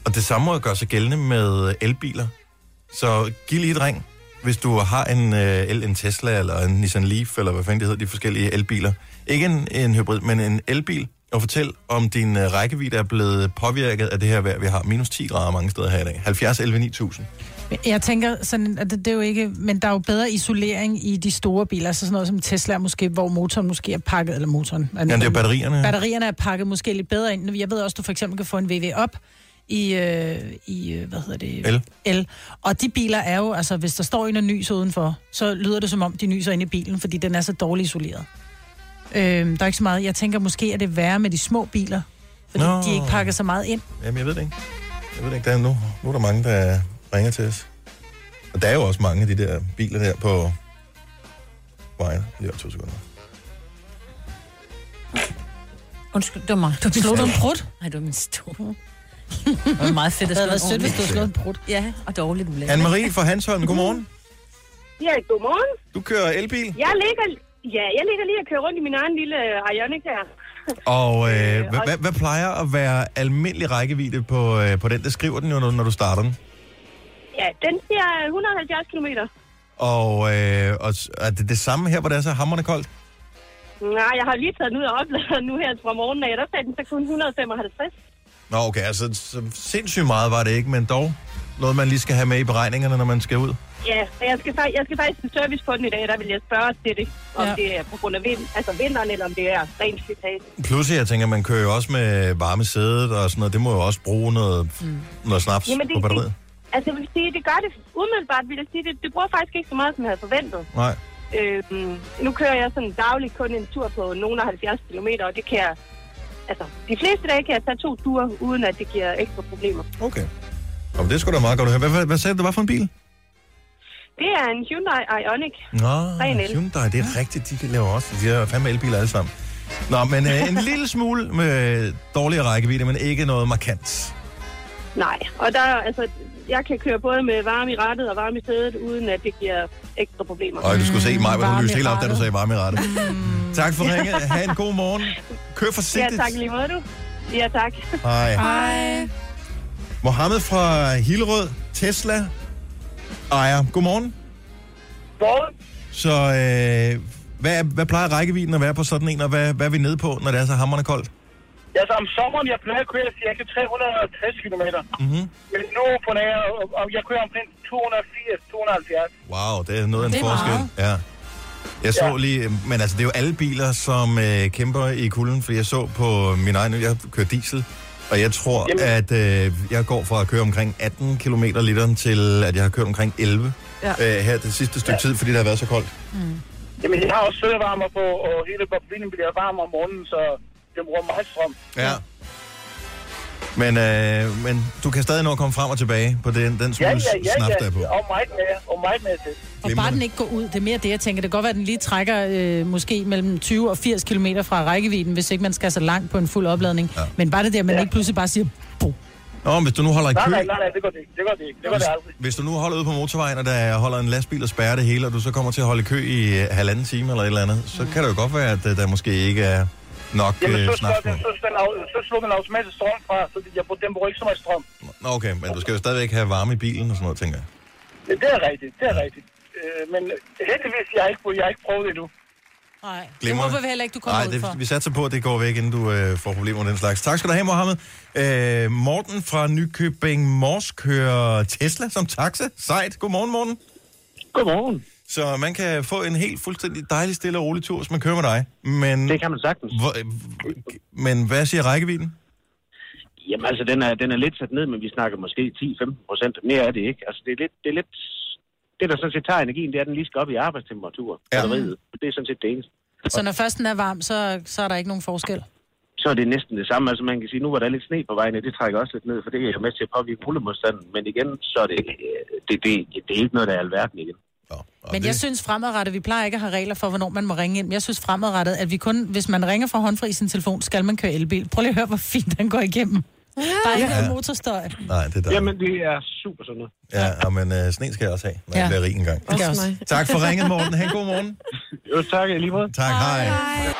A: Og det samme må gøre sig gældende med elbiler. Så giv lige et ring, hvis du har en, øh, el- en Tesla eller en Nissan Leaf, eller hvad fanden det hedder, de forskellige elbiler. Ikke en, en hybrid, men en elbil. Og fortæl, om din øh, rækkevidde er blevet påvirket af det her vejr, vi har. Minus 10 grader mange steder her i dag. 70, 11, 9000.
C: Men Jeg tænker sådan, at det, det er jo ikke... Men der er jo bedre isolering i de store biler, altså sådan noget som Tesla måske, hvor motoren måske er pakket, eller motoren...
A: Ja, det er jo batterierne.
C: Batterierne er pakket måske lidt bedre ind. Jeg ved også, du for eksempel kan få en VW op i, øh, i øh, hvad hedder det?
A: El.
C: El. Og de biler er jo, altså hvis der står en og nyser udenfor, så lyder det som om, de nyser inde i bilen, fordi den er så dårligt isoleret. Øh, der er ikke så meget. Jeg tænker, måske er det værre med de små biler, fordi
A: Nå.
C: Nå. de ikke pakker så meget ind.
A: Jamen, jeg ved det ikke. Jeg ved det ikke. Der er nu, nu er der mange, der ringer til os. Og der er jo også mange af de der biler der på vejen. Lige om to sekunder.
B: Undskyld, det var mig. Du
C: Slå du en prut?
B: Nej, det var min stol. det var meget fedt
C: Det
B: at
C: havde
B: slå
C: været sødt,
B: en
C: hvis
B: ordentlig.
C: du havde slået en prut.
B: Ja, og dårligt ulækkert.
A: Anne-Marie fra Hansholm, godmorgen.
G: Ja, godmorgen.
A: Du kører elbil,
G: Jeg ligger, ja, jeg ligger lige og kører rundt i min egen lille øh, Ioniq her.
A: og øh,
G: Øh,
A: hvad,
G: og-
A: hvad, hvad plejer at være almindelig rækkevidde på, øh, på den? Det skriver den jo, når, når du starter den.
G: Ja, den siger 170 km.
A: Og, øh, og s- er det det samme her, hvor det er så hammerende koldt?
G: Nej, jeg har lige taget den ud og opladet den nu her fra morgenen af. Der sagde den så kun 155.
A: Nå, okay, altså så sindssygt meget var det ikke, men dog noget, man lige skal have med i beregningerne, når man skal ud.
G: Ja, og jeg skal, fa- jeg skal faktisk til service på den i dag. Der vil jeg spørge til det, om
C: Ja.
G: ja. det er på grund af vind, altså vinteren, eller om det er rent slitage.
A: Pludselig, jeg tænker, man kører jo også med varme sædet og sådan noget. Det må jo også bruge noget, mm. noget snaps
G: Jamen, det-
A: på batteriet.
G: Altså, jeg vil sige, det gør det umiddelbart, vil jeg sige. Det, det bruger faktisk ikke så meget, som jeg havde forventet.
A: Nej.
G: Øhm, nu kører jeg sådan dagligt kun en tur på nogen af 70 km, og det kan jeg... Altså, de fleste dage kan jeg tage to ture, uden at det giver ekstra problemer.
A: Okay. Jamen, det er sgu da meget godt at høre. Hvad, hvad, hvad sagde du, det var for en bil?
G: Det er en Hyundai Ioniq.
A: Nå,
G: Ren el.
A: Hyundai, det er rigtigt, de laver også. De har fandme elbiler alle sammen. Nå, men øh, en lille smule med dårligere rækkevidde, men ikke noget markant.
G: Nej, og der, altså, jeg kan køre både med varme i rettet og varme i sædet, uden at det giver ekstra problemer.
A: Og du skulle se
G: Mm,
A: mig, hvor
C: varme
A: hun
C: i
A: lyste helt op, da
C: rattet.
A: du sagde varme i rette. Tak for ringet. Ha' en god morgen. Kør
G: ja,
A: forsigtigt.
G: tak i lige måde, du. Ja, tak.
A: Hej.
D: Hej.
A: Mohammed fra Hillerød, Tesla ejer. Godmorgen.
I: Godmorgen.
A: Så øh, hvad, er- hvad plejer rækkevidden at være på sådan en, og hvad, hvad er vi nede på, når det er så hammerne koldt?
I: Altså om sommeren, jeg plejer at køre cirka 360 km.
A: Mhm.
I: Men nu på nær, og jeg kører omkring 280-270.
A: Wow, det er noget af en
C: Det er
A: forskel.
C: meget.
A: Ja. Jeg så
I: Ja.
A: lige, men altså det er jo alle biler, som øh, kæmper i kulden, fordi jeg så på min egen, jeg kører diesel, og jeg tror,
I: Jamen.
A: at øh, jeg går fra at køre omkring 18 km literen til, at jeg har kørt omkring 11 ja.
D: Ja.
A: øh, her det sidste stykke tid, fordi det har været så koldt.
I: Jamen, jeg har også sødevarmer på, og hele bilen bliver varm om morgenen, så det bruger meget strøm.
A: Ja. Men, øh, men du kan stadig nå at komme frem og tilbage på den, den
I: Ja,
A: smule
I: ja, ja,
A: snaps, der er på.
I: ja. Og meget mere, og meget mere til.
C: Og
A: Glimrende.
C: bare den ikke går ud, det er mere det, jeg tænker. Det kan godt være, at den lige trækker øh, måske mellem 20 og 80 km fra rækkevidden, hvis ikke man skal så langt på en fuld opladning.
A: Ja.
C: Ja. Men bare det der, at man
I: Ja.
C: ikke pludselig bare siger, bo,
A: Nå, men hvis du nu holder i
I: Nej,
A: kø,
I: nej, nej, nej, det går det ikke. Det går det ikke. Det går det aldrig.
A: hvis, hvis du nu holder ude på motorvejen, og der holder en lastbil og spærrer det hele, og du så kommer til at holde i kø i øh, halvanden time eller et eller andet, så kan det jo godt være, at øh, der måske ikke er nok
I: Jamen,
A: øh,
I: så,
A: snak
I: slår
A: på.
I: den, så, slår den, au- så slår den automatisk strøm fra, så jeg bruger, den bruger ikke så meget strøm.
A: Nå, okay, men du skal jo stadigvæk have varme i bilen og sådan noget, tænker jeg.
I: Ja, det er rigtigt, det er rigtigt. Øh, men heldigvis, jeg har ikke, jeg har ikke prøvet det endnu.
C: Nej, det
A: Glimrende.
C: håber vi heller ikke, du kommer
A: Nej,
C: ud
A: det,
C: for.
A: vi satser på, at det går væk, inden du øh, får problemer med den slags. Tak skal du have, Mohammed. Øh, Morten fra Nykøbing Mors kører Tesla som taxa. Sejt. Godmorgen, Morten.
I: Godmorgen.
A: Så man kan få en helt fuldstændig dejlig, stille og rolig tur, hvis man kører med dig. Men,
I: Det kan man sagtens.
A: hvor, øh, men hvad siger rækkevidden?
I: Jamen altså, den er, den er lidt sat ned, men vi snakker måske 10-15 procent. Mere er det ikke. Altså, det er lidt... Det, er lidt, det der sådan set tager energien, det er, at den lige skal op i arbejdstemperatur.
A: Ja.
I: Ja. Det er sådan set det eneste.
C: Så når først den er varm, så, så er der ikke nogen forskel.
I: så er det næsten det samme. Altså man kan sige, nu var der lidt sne på vejen, og det trækker også lidt ned, for det er jo med til at påvirke rullemodstanden. Men igen, så er det, øh, det, det, det er ikke noget, der er alverden igen.
A: Nå, nå,
C: Men
A: det-
C: jeg synes fremadrettet, vi plejer ikke at have regler for, hvornår man må ringe ind. Men jeg synes fremadrettet, at vi kun, hvis man ringer fra håndfri i sin telefon, skal man køre elbil. Prøv lige at høre, hvor fint den går igennem. Bare ikke noget motorstøj.
A: Nej, det er dejligt.
I: Jamen, det er super sådan noget.
A: Ja, men øh, sne skal jeg også have, når ja. jeg
C: Ja.
A: bliver rig engang.
C: Det gør
D: Også
C: også.
D: mig.
A: Tak for ringet, Morten. Ha' en god morgen.
I: Jo, tak i lige måde.
A: Tak, hej. hej.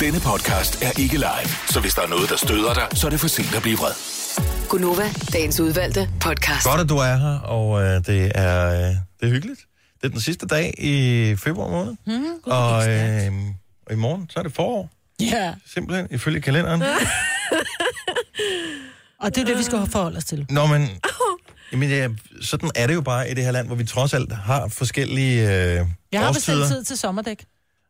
F: Denne podcast er ikke live, så hvis der er noget, der støder dig, så er det for sent at blive vred.
E: Gunova, dagens udvalgte podcast.
A: Godt, at du er her, og øh, det, er, øh, det er hyggeligt. Det er den sidste dag i februar måned. Mm,
C: Hmm?
A: og, øh, og i morgen, så er det forår,
C: Ja,
A: simpelthen, ifølge kalenderen.
C: og det er det, vi skal forholde os til.
A: Nå, men jamen, ja, sådan er det jo bare i det her land, hvor vi trods alt har forskellige øh,
C: Jeg har bestilt
A: årstider.
C: tid til sommerdæk.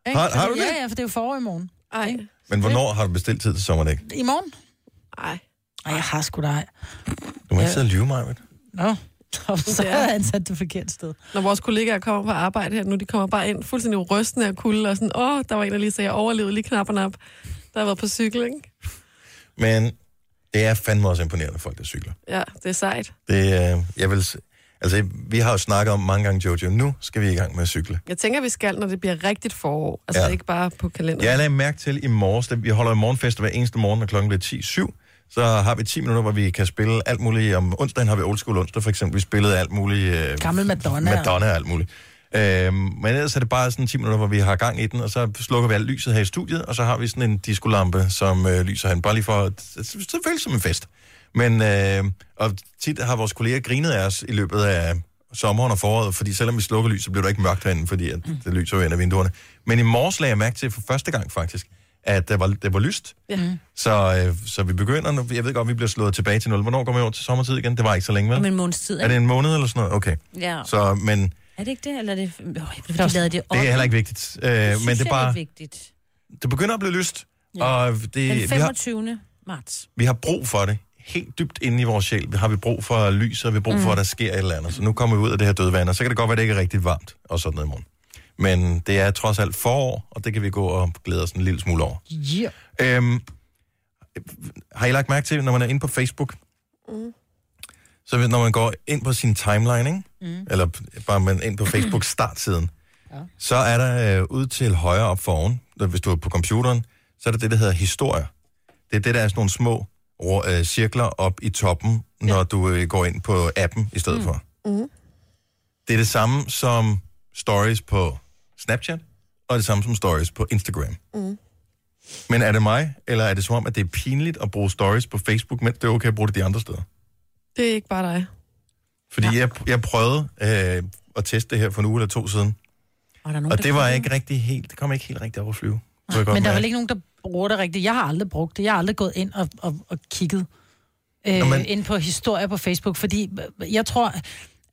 C: Ikke?
A: Har- har du
C: ja,
A: det?
C: Ja, for det er jo forår i morgen.
D: Ej.
A: Men hvornår har du bestilt tid til sommerdæk?
C: I morgen?
D: Ej.
C: Ej, jeg har sgu da ej.
A: Du må ikke sidde og lyve mig, ved du.
C: Nå, så har jeg ansat det forkert sted.
D: Når vores kollegaer kommer på arbejde her nu, de kommer bare ind fuldstændig rystende af kulde, og sådan, åh, der var en, der lige sagde, jeg overlevede lige knapperne op. Der har været på cykel, ikke?
A: Men det er fandme også imponerende, folk der cykler.
D: Ja, det er sejt.
A: Det, øh, jeg vil, s- altså, vi har jo snakket om mange gange, Jojo, nu skal vi i gang med at cykle.
D: Jeg tænker, vi skal, når det bliver rigtigt forår. Altså
A: Ja.
D: ja. ikke bare på kalenderen.
A: Jeg lagde mærke til i morges, da vi holder morgenfest hver eneste morgen, når klokken bliver 10.07, så har vi 10 minutter, hvor vi kan spille alt muligt. Om onsdagen har vi Old School Onsdag, for eksempel. Vi spillede alt muligt. Øh,
C: Gammel Madonna.
A: Madonna og alt muligt. Øhm, men ellers er det bare sådan 10 minutter, hvor vi har gang i den, og så slukker vi alt lyset her i studiet, og så har vi sådan en discolampe, som øh, lyser han bare lige for, at- så føles som en fest. Men, øh, og tit har vores kolleger grinet af os i løbet af sommeren og foråret, fordi selvom vi slukker lys, så bliver der ikke mørkt herinde, fordi at det lyser jo ind af vinduerne. Men i morges lagde jeg mærke til for første gang faktisk, at der var, det var lyst. Ja. Så, øh, så vi begynder, nu- jeg ved godt, vi bliver slået tilbage til nul. Hvornår går vi over til sommertid igen? Det var ikke så længe, vel?
B: Om en måneds tid,
A: Er
B: ikke?
A: det en måned eller sådan noget? Okay.
B: Ja.
A: Så, men
B: Er det ikke det, eller er det... Øh, de lavede det op.
A: det er heller ikke vigtigt. Øh, det men
B: synes
A: det, er
B: jeg
A: bare,
B: er vigtigt.
A: det begynder at blive lyst, ja. og det,
B: Den
A: Øh, vi, har,
B: 25. marts.
A: vi har brug for det. Helt dybt inde i vores sjæl har vi brug for lys, og vi har brug for, at der sker et eller andet. Så nu kommer vi ud af det her døde vand, og så kan det godt være, at det ikke er rigtig varmt og sådan noget i morgen. Men det er trods alt forår, og det kan vi gå og glæde os en lille smule over.
C: Yeah.
A: Øhm, har I lagt mærke til, når man er inde på Facebook, mm. så hvis- når man går ind på sin timeline, ikke? Mm. eller p- bare man ind på Facebook startsiden, ja. så er der øh, ud til højre op for oven, når- hvis du er på computeren, så er der det, der hedder historier. Det er det, der er sådan nogle små rå- øh, cirkler op i toppen, når du øh, går ind på appen i stedet mm. for. Mm. Det er det samme som stories på Snapchat, og det samme som stories på Instagram. Men er det mig, eller er det som om, at det er pinligt at bruge stories på Facebook, mens det er okay at bruge det de andre steder?
D: Det er ikke bare dig.
A: Fordi ja. jeg, jeg prøvede øh, at teste det her for en uge eller to siden,
B: Og, der er nogen,
A: og det var
B: køber
A: ikke rigtig helt, det kom ikke helt rigtigt over at flyve. kunne jeg godt
C: Men der er
A: mærke.
C: vel ikke nogen, der bruger det rigtigt. Jeg har aldrig brugt det. Jeg har aldrig gået ind og, og, og kigget øh,
A: Nå,
C: Nå,
A: men-
C: men... ind på historier på Facebook, fordi øh, jeg tror,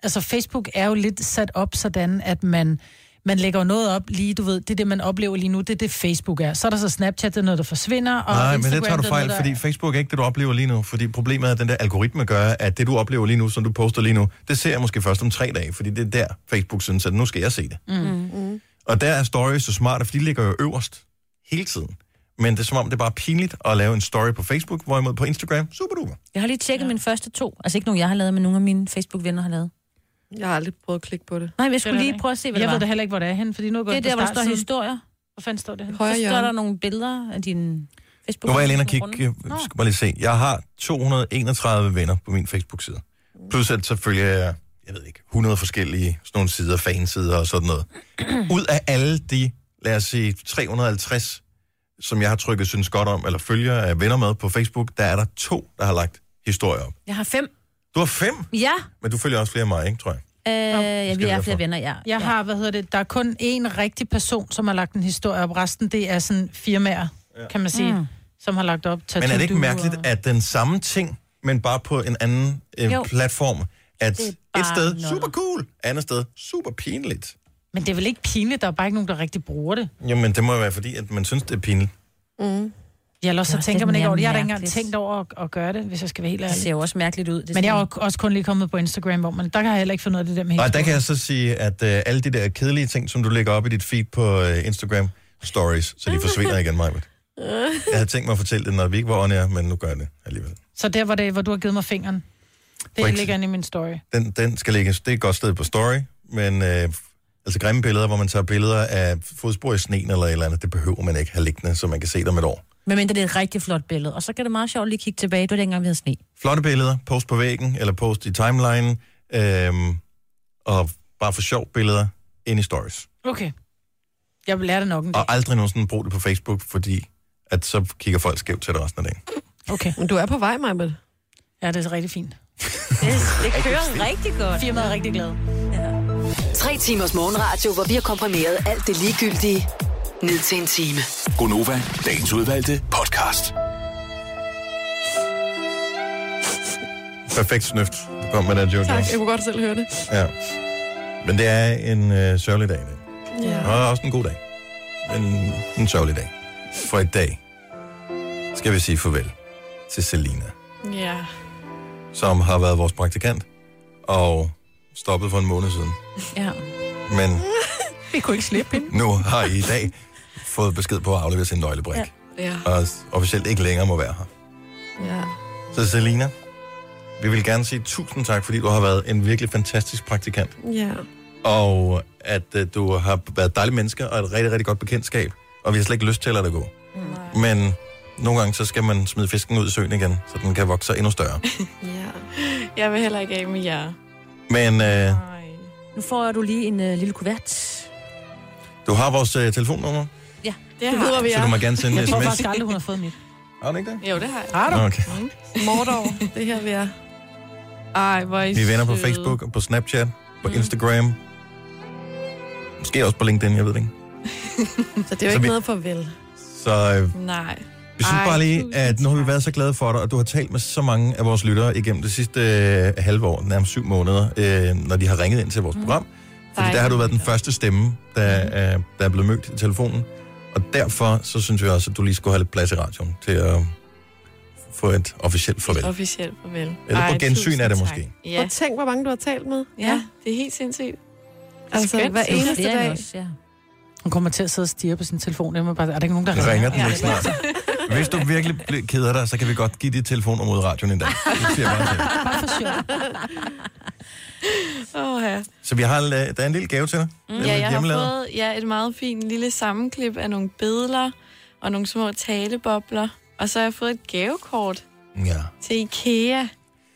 C: altså Facebook er jo lidt sat op sådan, at man, man lægger jo noget op lige, du ved, det er det, man oplever lige nu, det er det, Facebook er. Så er der så Snapchat, det er noget, der forsvinder, og
A: Nej, men
C: Instagram,
A: det tager du
C: er noget,
A: fejl,
C: der-
A: fordi Facebook er ikke det, du oplever lige nu. Fordi problemet er, at den der algoritme gør, at det, du oplever lige nu, som du poster lige nu, det ser jeg måske først om tre dage, fordi det er der, Facebook synes, at nu skal jeg se det. Mm. Og der er stories så smarte, for de ligger jo øverst hele tiden. Men det er som om, det er bare pinligt at lave en story på Facebook, hvorimod på Instagram, super duper.
B: Jeg har lige tjekket ja. mine første to. Altså ikke nogen, jeg har lavet, men nogle af mine Facebook-venner har lavet.
D: Jeg har aldrig prøvet at klikke på det.
B: Nej, men jeg
C: Det
B: skulle
C: er
B: lige
C: det.
B: prøve at se, hvad
C: Jeg ved
B: det
C: det
B: var.
C: heller ikke, hvor det er henne, fordi nu går
B: Det er
C: jeg
B: der,
C: på
B: hvor der står
C: startsiden.
B: historier.
C: Hvor fanden står det henne?
B: Så
D: Højre
B: står der
D: hjørne.
B: nogle billeder af din Facebook.
A: Nu var jeg lige inde og kigge. øh, Jeg skal bare lige se. Jeg har 231 venner på min Facebook-side.
B: Mm.
A: Plus at så følger jeg, jeg ved ikke, 100 forskellige sådan nogle sider, fansider og sådan noget. Ud af alle de, lad os sige, 350, som jeg har trykket synes godt om, eller følger af venner med på Facebook, der er der to, der har lagt historier op.
B: Jeg har fem.
A: Du har fem,
B: Ja,
A: men du følger også flere af mig, ikke, tror jeg?
B: øh, ja vi er
A: derfor.
B: flere venner, ja. ja.
C: Jeg har, hvad hedder det, der er kun én rigtig person, som har lagt en historie op. Resten, det er sådan firmaer, ja. kan man sige, mm. som har lagt op.
A: Men er det ikke
C: Tattoo
A: mærkeligt,
C: og-
A: at den samme ting, men bare på en anden øh,
B: Jo.
A: platform, at
B: bare
A: et sted
B: noller.
A: super cool, andet sted super pinligt.
C: Men det er vel ikke pinligt, der er bare ikke nogen, der rigtig bruger det.
A: Jamen, det må jo være fordi, at man synes, det er pinligt.
C: Ja, ellers
B: Det er
C: så
B: også
C: tænker
B: lidt
C: man ikke
B: mere
C: over det. Jeg har da ikke engang
B: mærkeligt.
C: tænkt over at, at gøre det, hvis jeg skal være helt
B: Det ser
C: ærlig.
B: jo også mærkeligt ud. Det er
C: Men jeg er
B: sådan-
C: jo også kun lige kommet på Instagram, hvor man, der kan jeg heller ikke finde ud af det der med
A: Og der
C: historier.
A: kan jeg så sige, at øh, alle de der kedelige ting, som du lægger op i dit feed på øh, Instagram stories, så de forsvinder igen, Majbet. Jeg havde tænkt mig at fortælle det, når vi ikke var on air, men nu gør jeg det alligevel.
C: Så der, hvor, det, hvor du har givet mig fingeren,
A: For
C: det
A: eksempel.
C: ligger inde i min story.
A: Den, den skal lægges, det er et godt sted på story, men øh, altså grimme billeder, hvor man tager billeder af fodspor i sneen eller et eller andet, det behøver man ikke have liggende, så man kan se det om et år.
B: Men mindre det er et rigtig flot billede. Og så kan det meget sjovt lige kigge tilbage. Det var dengang, vi havde sne.
A: flotte billeder, post på væggen, eller post i timeline, øhm, og bare for sjov billeder ind i stories.
C: Okay. Jeg vil lære det nok en dag.
A: Og aldrig nogensinde brug det på Facebook, fordi at så kigger folk skævt til det resten af dagen.
C: Okay.
D: Men du er på vej, Michael.
C: Ja, det er rigtig fint.
B: Det, det kører rigtig godt.
C: Firmaet er rigtig glad.
E: Tre timers morgenradio, hvor vi har komprimeret alt det ligegyldige ned til en time.
F: Gonova, dagens udvalgte podcast.
A: Perfekt snøft, du kom med der, Jojo.
D: Tak, jeg kunne godt selv høre det.
A: Ja. Men det er en øh, sørgelig dag. i dag.
D: Ja.
A: Og også en god dag. Men en sørgelig dag. For i dag skal vi sige farvel til Selina,
D: ja.
A: som har været vores praktikant og stoppet for en måned siden.
B: Ja.
A: Men
C: Vi kunne ikke slippe hende.
A: nu har I i dag fået besked på at aflevere sin nøglebrik. Ja.
D: Ja.
A: og officielt ikke længere må være her.
D: ja.
A: Så Selina, vi vil gerne sige tusind tak, fordi du har været en virkelig fantastisk praktikant,
D: ja.
A: og at øh, du har været dejlig menneske og et rigtig, rigtig godt bekendtskab, og vi har slet ikke lyst til at lade det gå. Men nogle gange, så skal man smide fisken ud i søen igen, så den kan vokse sig endnu større.
D: ja.
J: Jeg vil heller ikke af med jer.
A: Men øh,
J: Nej.
B: Nu får du lige en øh, lille kuvert.
A: du har vores øh, telefonnummer,
J: Det
D: Du
J: har
D: ved, hvor
J: jeg.
D: vi
A: så
D: er.
A: du må gerne sende en
C: Jeg tror
A: sms.
C: faktisk aldrig, hun har fået mit.
A: Har du ikke det?
J: Jo, det har jeg.
C: Har du?
A: Nå, Okay.
D: Mordor. Ah. Det er her, vi er.
J: Ej, hvor er I
A: Vi er venner på
J: søde.
A: Facebook, og på Snapchat, på Instagram. Måske også på LinkedIn, jeg ved det ikke.
D: Så det
A: Så
D: er jo ikke
A: vi-
D: noget farvel.
A: Så øh,
J: Nej.
A: Vi synes
J: Ej,
A: bare lige,
J: tusind
A: at nu har vi
J: tak.
A: været så glade for dig, og du har talt med så mange af vores lyttere igennem det sidste øh, halve år, nærmest syv måneder, øh, når de har ringet ind til vores
J: Mm.
A: program. Fordi der har du været den første stemme, der, øh, der er blevet mødt i telefonen. Og derfor så synes vi også, at du lige skulle have lidt plads i radioen til at få et officielt farvel.
J: Officielt farvel.
A: Eller på
J: Ej,
A: gensyn
J: tusind
A: er det
J: tak.
A: måske.
D: Ja.
J: Ja.
D: Og tænk, hvor mange du har talt med.
J: ja, det er helt sindssygt.
D: Altså,
J: Skønt.
D: hver eneste
B: Ferien
D: dag.
B: Også, ja.
C: Hun kommer til at sidde og stirre på sin telefon. Jeg må bare, er der ikke nogen, der
A: Nu ringer den
J: Ja.
A: ikke snart. Hvis du virkelig bliver ked af dig, så kan vi godt give dit telefonnummer ud i radioen en dag. Det siger jeg bare til.
C: Bare for sjov.
J: Åh, ja.
A: Så vi har, la- der er en lille gave til dig. Den er
J: Mm. ja, jeg har
A: hjemmelavet.
J: fået ja, et meget fint lille sammenklip af nogle billeder og nogle små talebobler. Og så har jeg fået et gavekort
A: Ja.
J: til IKEA.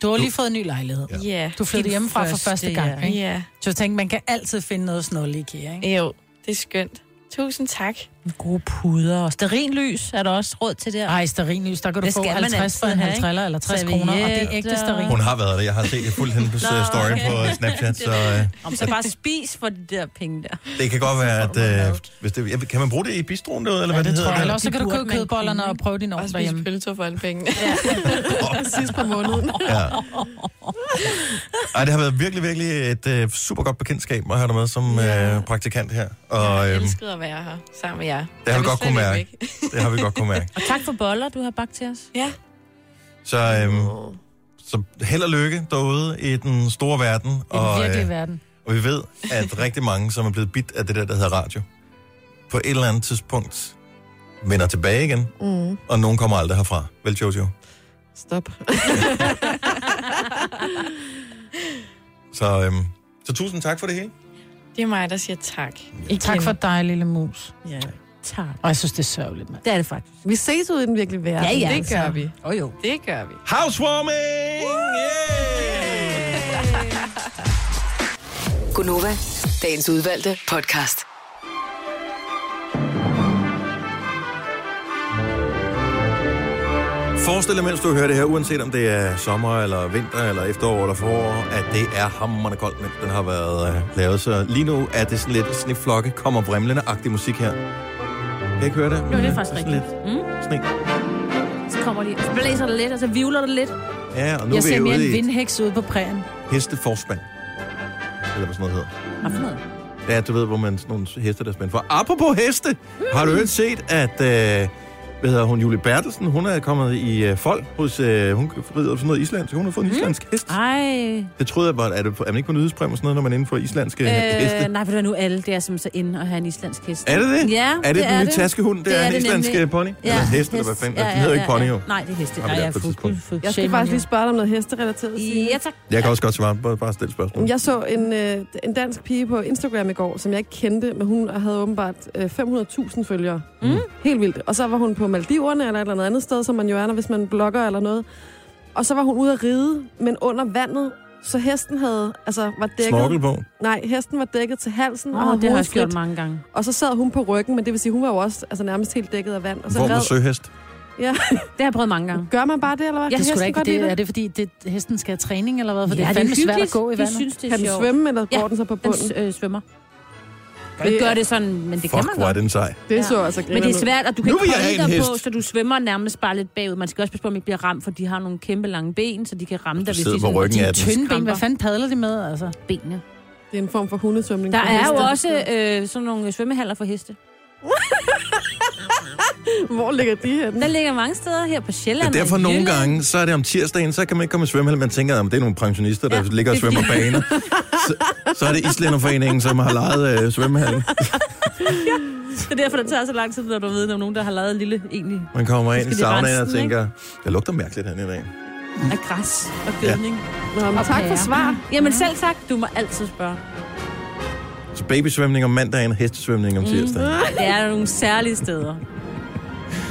C: Du har lige fået en ny lejlighed.
A: Ja.
J: Ja.
C: Du flyttede
B: Din
C: hjemmefra for
B: første,
C: første
B: ja.
C: gang, ikke?
J: Ja.
C: Så jeg tænkte, man kan altid finde noget snolle i IKEA, ikke?
J: Jo, det er skønt. Tusind tak.
B: Gode puder og sterinlys er der også råd til der.
C: Ej, sterinlys, der kan du
B: Det
C: få
B: skal man
C: 50 for en
B: altid have, ikke?
C: 50 eller 60 kroner, og det er ægte
B: Servietter.
C: sterin.
A: Hun har været der. Jeg har set det fuldt hende på øh, storyen på øh, Snapchat, så øh,
B: Om så bare spis for de der penge der.
A: det kan godt være, at... Øh, hvis det, jeg- kan man bruge det i bistroen derude, eller hvad
C: Ja,
A: det,
C: det tror
A: hedder?
C: jeg. Eller
A: der?
C: også så kan
B: Det
C: du
B: burde
C: købe
B: man
C: kødbollerne
B: kunne.
C: og prøve din
J: Og
C: ovn
J: spise
C: derhjemme.
J: pølser for alle pengene.
D: Sidst på måneden.
A: Ja. Ej, det har været virkelig, virkelig et øh, super godt bekendtskab at have dig med som
J: Ja.
A: øh, praktikant her.
J: Og,
A: Og
J: jeg
A: øh,
J: elskede at være her sammen med jer.
A: det har
J: Jeg
A: vi
J: vil
A: godt
J: slet
A: kunne
J: ikke
A: mærke.
J: væk.
A: Det har vi godt kunne mærke.
B: Og tak for boller, du har bagt til os.
J: Ja,
A: Så, øh, så held og lykke derude i den store verden.
C: I den
A: og, øh,
C: virkelige verden.
A: Og vi ved, at rigtig mange, som er blevet bidt af det der, der hedder radio, på et eller andet tidspunkt vender tilbage igen,
D: Mm.
A: og nogen kommer aldrig herfra. Vel, Jojo?
D: Stop.
A: Så, øhm, så tusind tak for det hele.
J: det er mig, der siger tak.
C: Tak for dig, lille mus.
B: Ja. retard.
C: Og jeg synes, det er sørgeligt, mand.
B: Det er det faktisk.
D: Vi ses ude i den virkelige verden.
B: Ja, ja,
D: det
B: altså.
D: gør vi.
C: Oh, jo.
J: Det gør vi.
A: Housewarming!
E: Gunova, dagens udvalgte podcast.
A: Forestil dig, mens du hører det her, uanset om det er sommer, eller vinter, eller efterår, eller forår, at det er hammerende koldt, mens den har været øh, lavet. Så lige nu er det sådan lidt sneflokke, kommer vrimlende-agtig musik her. Kan I ikke høre det?
B: Jo, det er faktisk rigtigt. Mm.
A: Sne.
B: Så kommer de, så blæser det lidt, og så vivler det lidt.
A: Ja, og nu
C: jeg
A: er
C: ser
A: vi
C: mere
A: ude
C: en
A: i et
C: vindhæks ude på prægen.
A: hesteforspand. Eller hvad sådan noget hedder.
B: Hvad for noget?
A: Ja, du ved, hvor man sådan nogle heste, der er spændt for. Apropos heste, har du ikke set, at øh, hvad hedder hun, Julie Bertelsen, hun er kommet i øh, folk hos, øh, hun rider på sådan noget islandsk, hun har fået en islandsk hest.
B: Ej.
A: Det troede jeg bare, er, det, på- er man ikke på nyhedsprem og sådan noget, når man er inde for islandske øh,
B: Øh,
A: heste?
B: nej, for det er nu alle, det er som så inde og have en islandsk hest.
A: Er det det?
B: Ja,
A: er det, den nye taskehund? Det, det er, en islandsk
B: nemlig.
A: øh, pony? Ja, eller hest, eller hvad fanden? Ja, ja, Den hedder ikke pony, jo.
B: Nej, det er heste.
A: Har vi
B: Nej,
A: lært
B: jeg er
A: på et
B: fuld, fuld,
A: tidspunkt.
B: fuld.
D: Jeg skal
B: shame
D: faktisk
B: on
D: lige spørge dig om noget hesterelateret.
B: you.
D: Signe.
B: Ja, tak.
A: Jeg kan også godt svare, bare, bare stille spørgsmål.
D: Jeg så en, øh, en dansk pige på Instagram i går, som jeg ikke kendte, men hun havde åbenbart øh, 500.000 følgere. Mm. Helt vildt. Og så var hun på Maldiverne eller et eller andet andet sted, som man jo er, når- hvis man blogger eller noget. Og så var hun ude at ride, men under vandet, så hesten havde, altså var dækket...
A: Snorkel på.
D: Nej, hesten var dækket til halsen, oh, og
B: Åh,
D: havde
B: det har jeg
D: hovedet
B: også gjort
D: frit.
B: mange gange.
D: Og så sad hun på ryggen, men det vil sige, hun var jo også altså, nærmest helt dækket af vand. Og så
A: Hvor med
D: red-
A: søhest?
D: Ja.
B: Det har jeg prøvet mange gange.
D: Gør man bare det, eller hvad?
C: Jeg
D: kan
C: det skulle
D: hesten
C: ikke,
D: godt lide
C: det,
D: det?
C: er det fordi, det, hesten skal have træning eller hvad? For ja, det
B: Ja,
C: er fandme svært at
B: hyggeligt.
C: gå i
B: De
C: vandet.
B: synes, det er
D: Kan den
B: sjovt.
D: svømme, eller går
B: Ja,
D: den så på bunden?
B: Den øh, svømmer. Det gør det sådan, men det kan
A: Fuck,
B: man
A: hvor er
B: godt.
A: den sej.
D: Det
B: Ja.
D: så altså
B: Men det er
D: grineren ud.
B: svært, og du kan
A: Nu
B: ikke
A: vil jeg have en
B: holde dig på,
A: hest.
B: så du svømmer nærmest bare lidt bagud. Man skal også passe på, at man ikke bliver ramt, for de har nogle kæmpe lange ben, så de kan ramme dig, hvis de,
A: sidder på
B: sådan-
A: ryggen
B: de
A: af den.
C: Tynde ben, hvad
B: skramper
C: fanden padler de med, altså?
B: benene.
D: Det er en form for hundesvømning.
B: Der
D: for
B: er jo
D: heste.
B: også øh, sådan nogle svømmehaller for heste.
D: Hvor ligger de her?
B: Der ligger mange steder her på Sjælland.
A: Men derfor
B: og i
A: nogle
B: Jylland.
A: gange, så er det om tirsdagen, så kan man ikke komme i svømmehallen. Man tænker, at det er nogle pensionister, der ja,
B: Ja,
A: ligger og
B: det er
A: svømmer baner. Så, så er det Islænderforeningen, som har lejet øh, svømmehallen.
B: Det er derfor, det tager så lang tid, når du ved, når nogen, der har lavet en lille egentlig
A: Man kommer ind i
B: skal de rense
A: saunaen og
B: den,
A: tænker, det lugter mærkeligt her i dag.
B: af græs og gødning. Ja.
D: Nå, men tak for
B: pære.
D: svar.
B: Jamen selv tak, du må altid spørge.
A: Så babysvømning om mandagen, hestesvømning om tirsdagen.
B: Det er nogle særlige steder.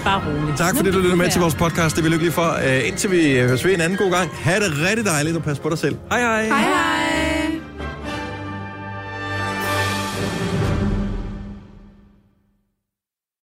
B: Bare roligt.
A: Tak fordi du lyttede med til vores podcast. Det er vi lykkelige for. Øh, indtil vi øh, høres ved en anden god gang. Ha' det rigtig dejligt og pas på dig selv. Hej hej.
D: Hej hej.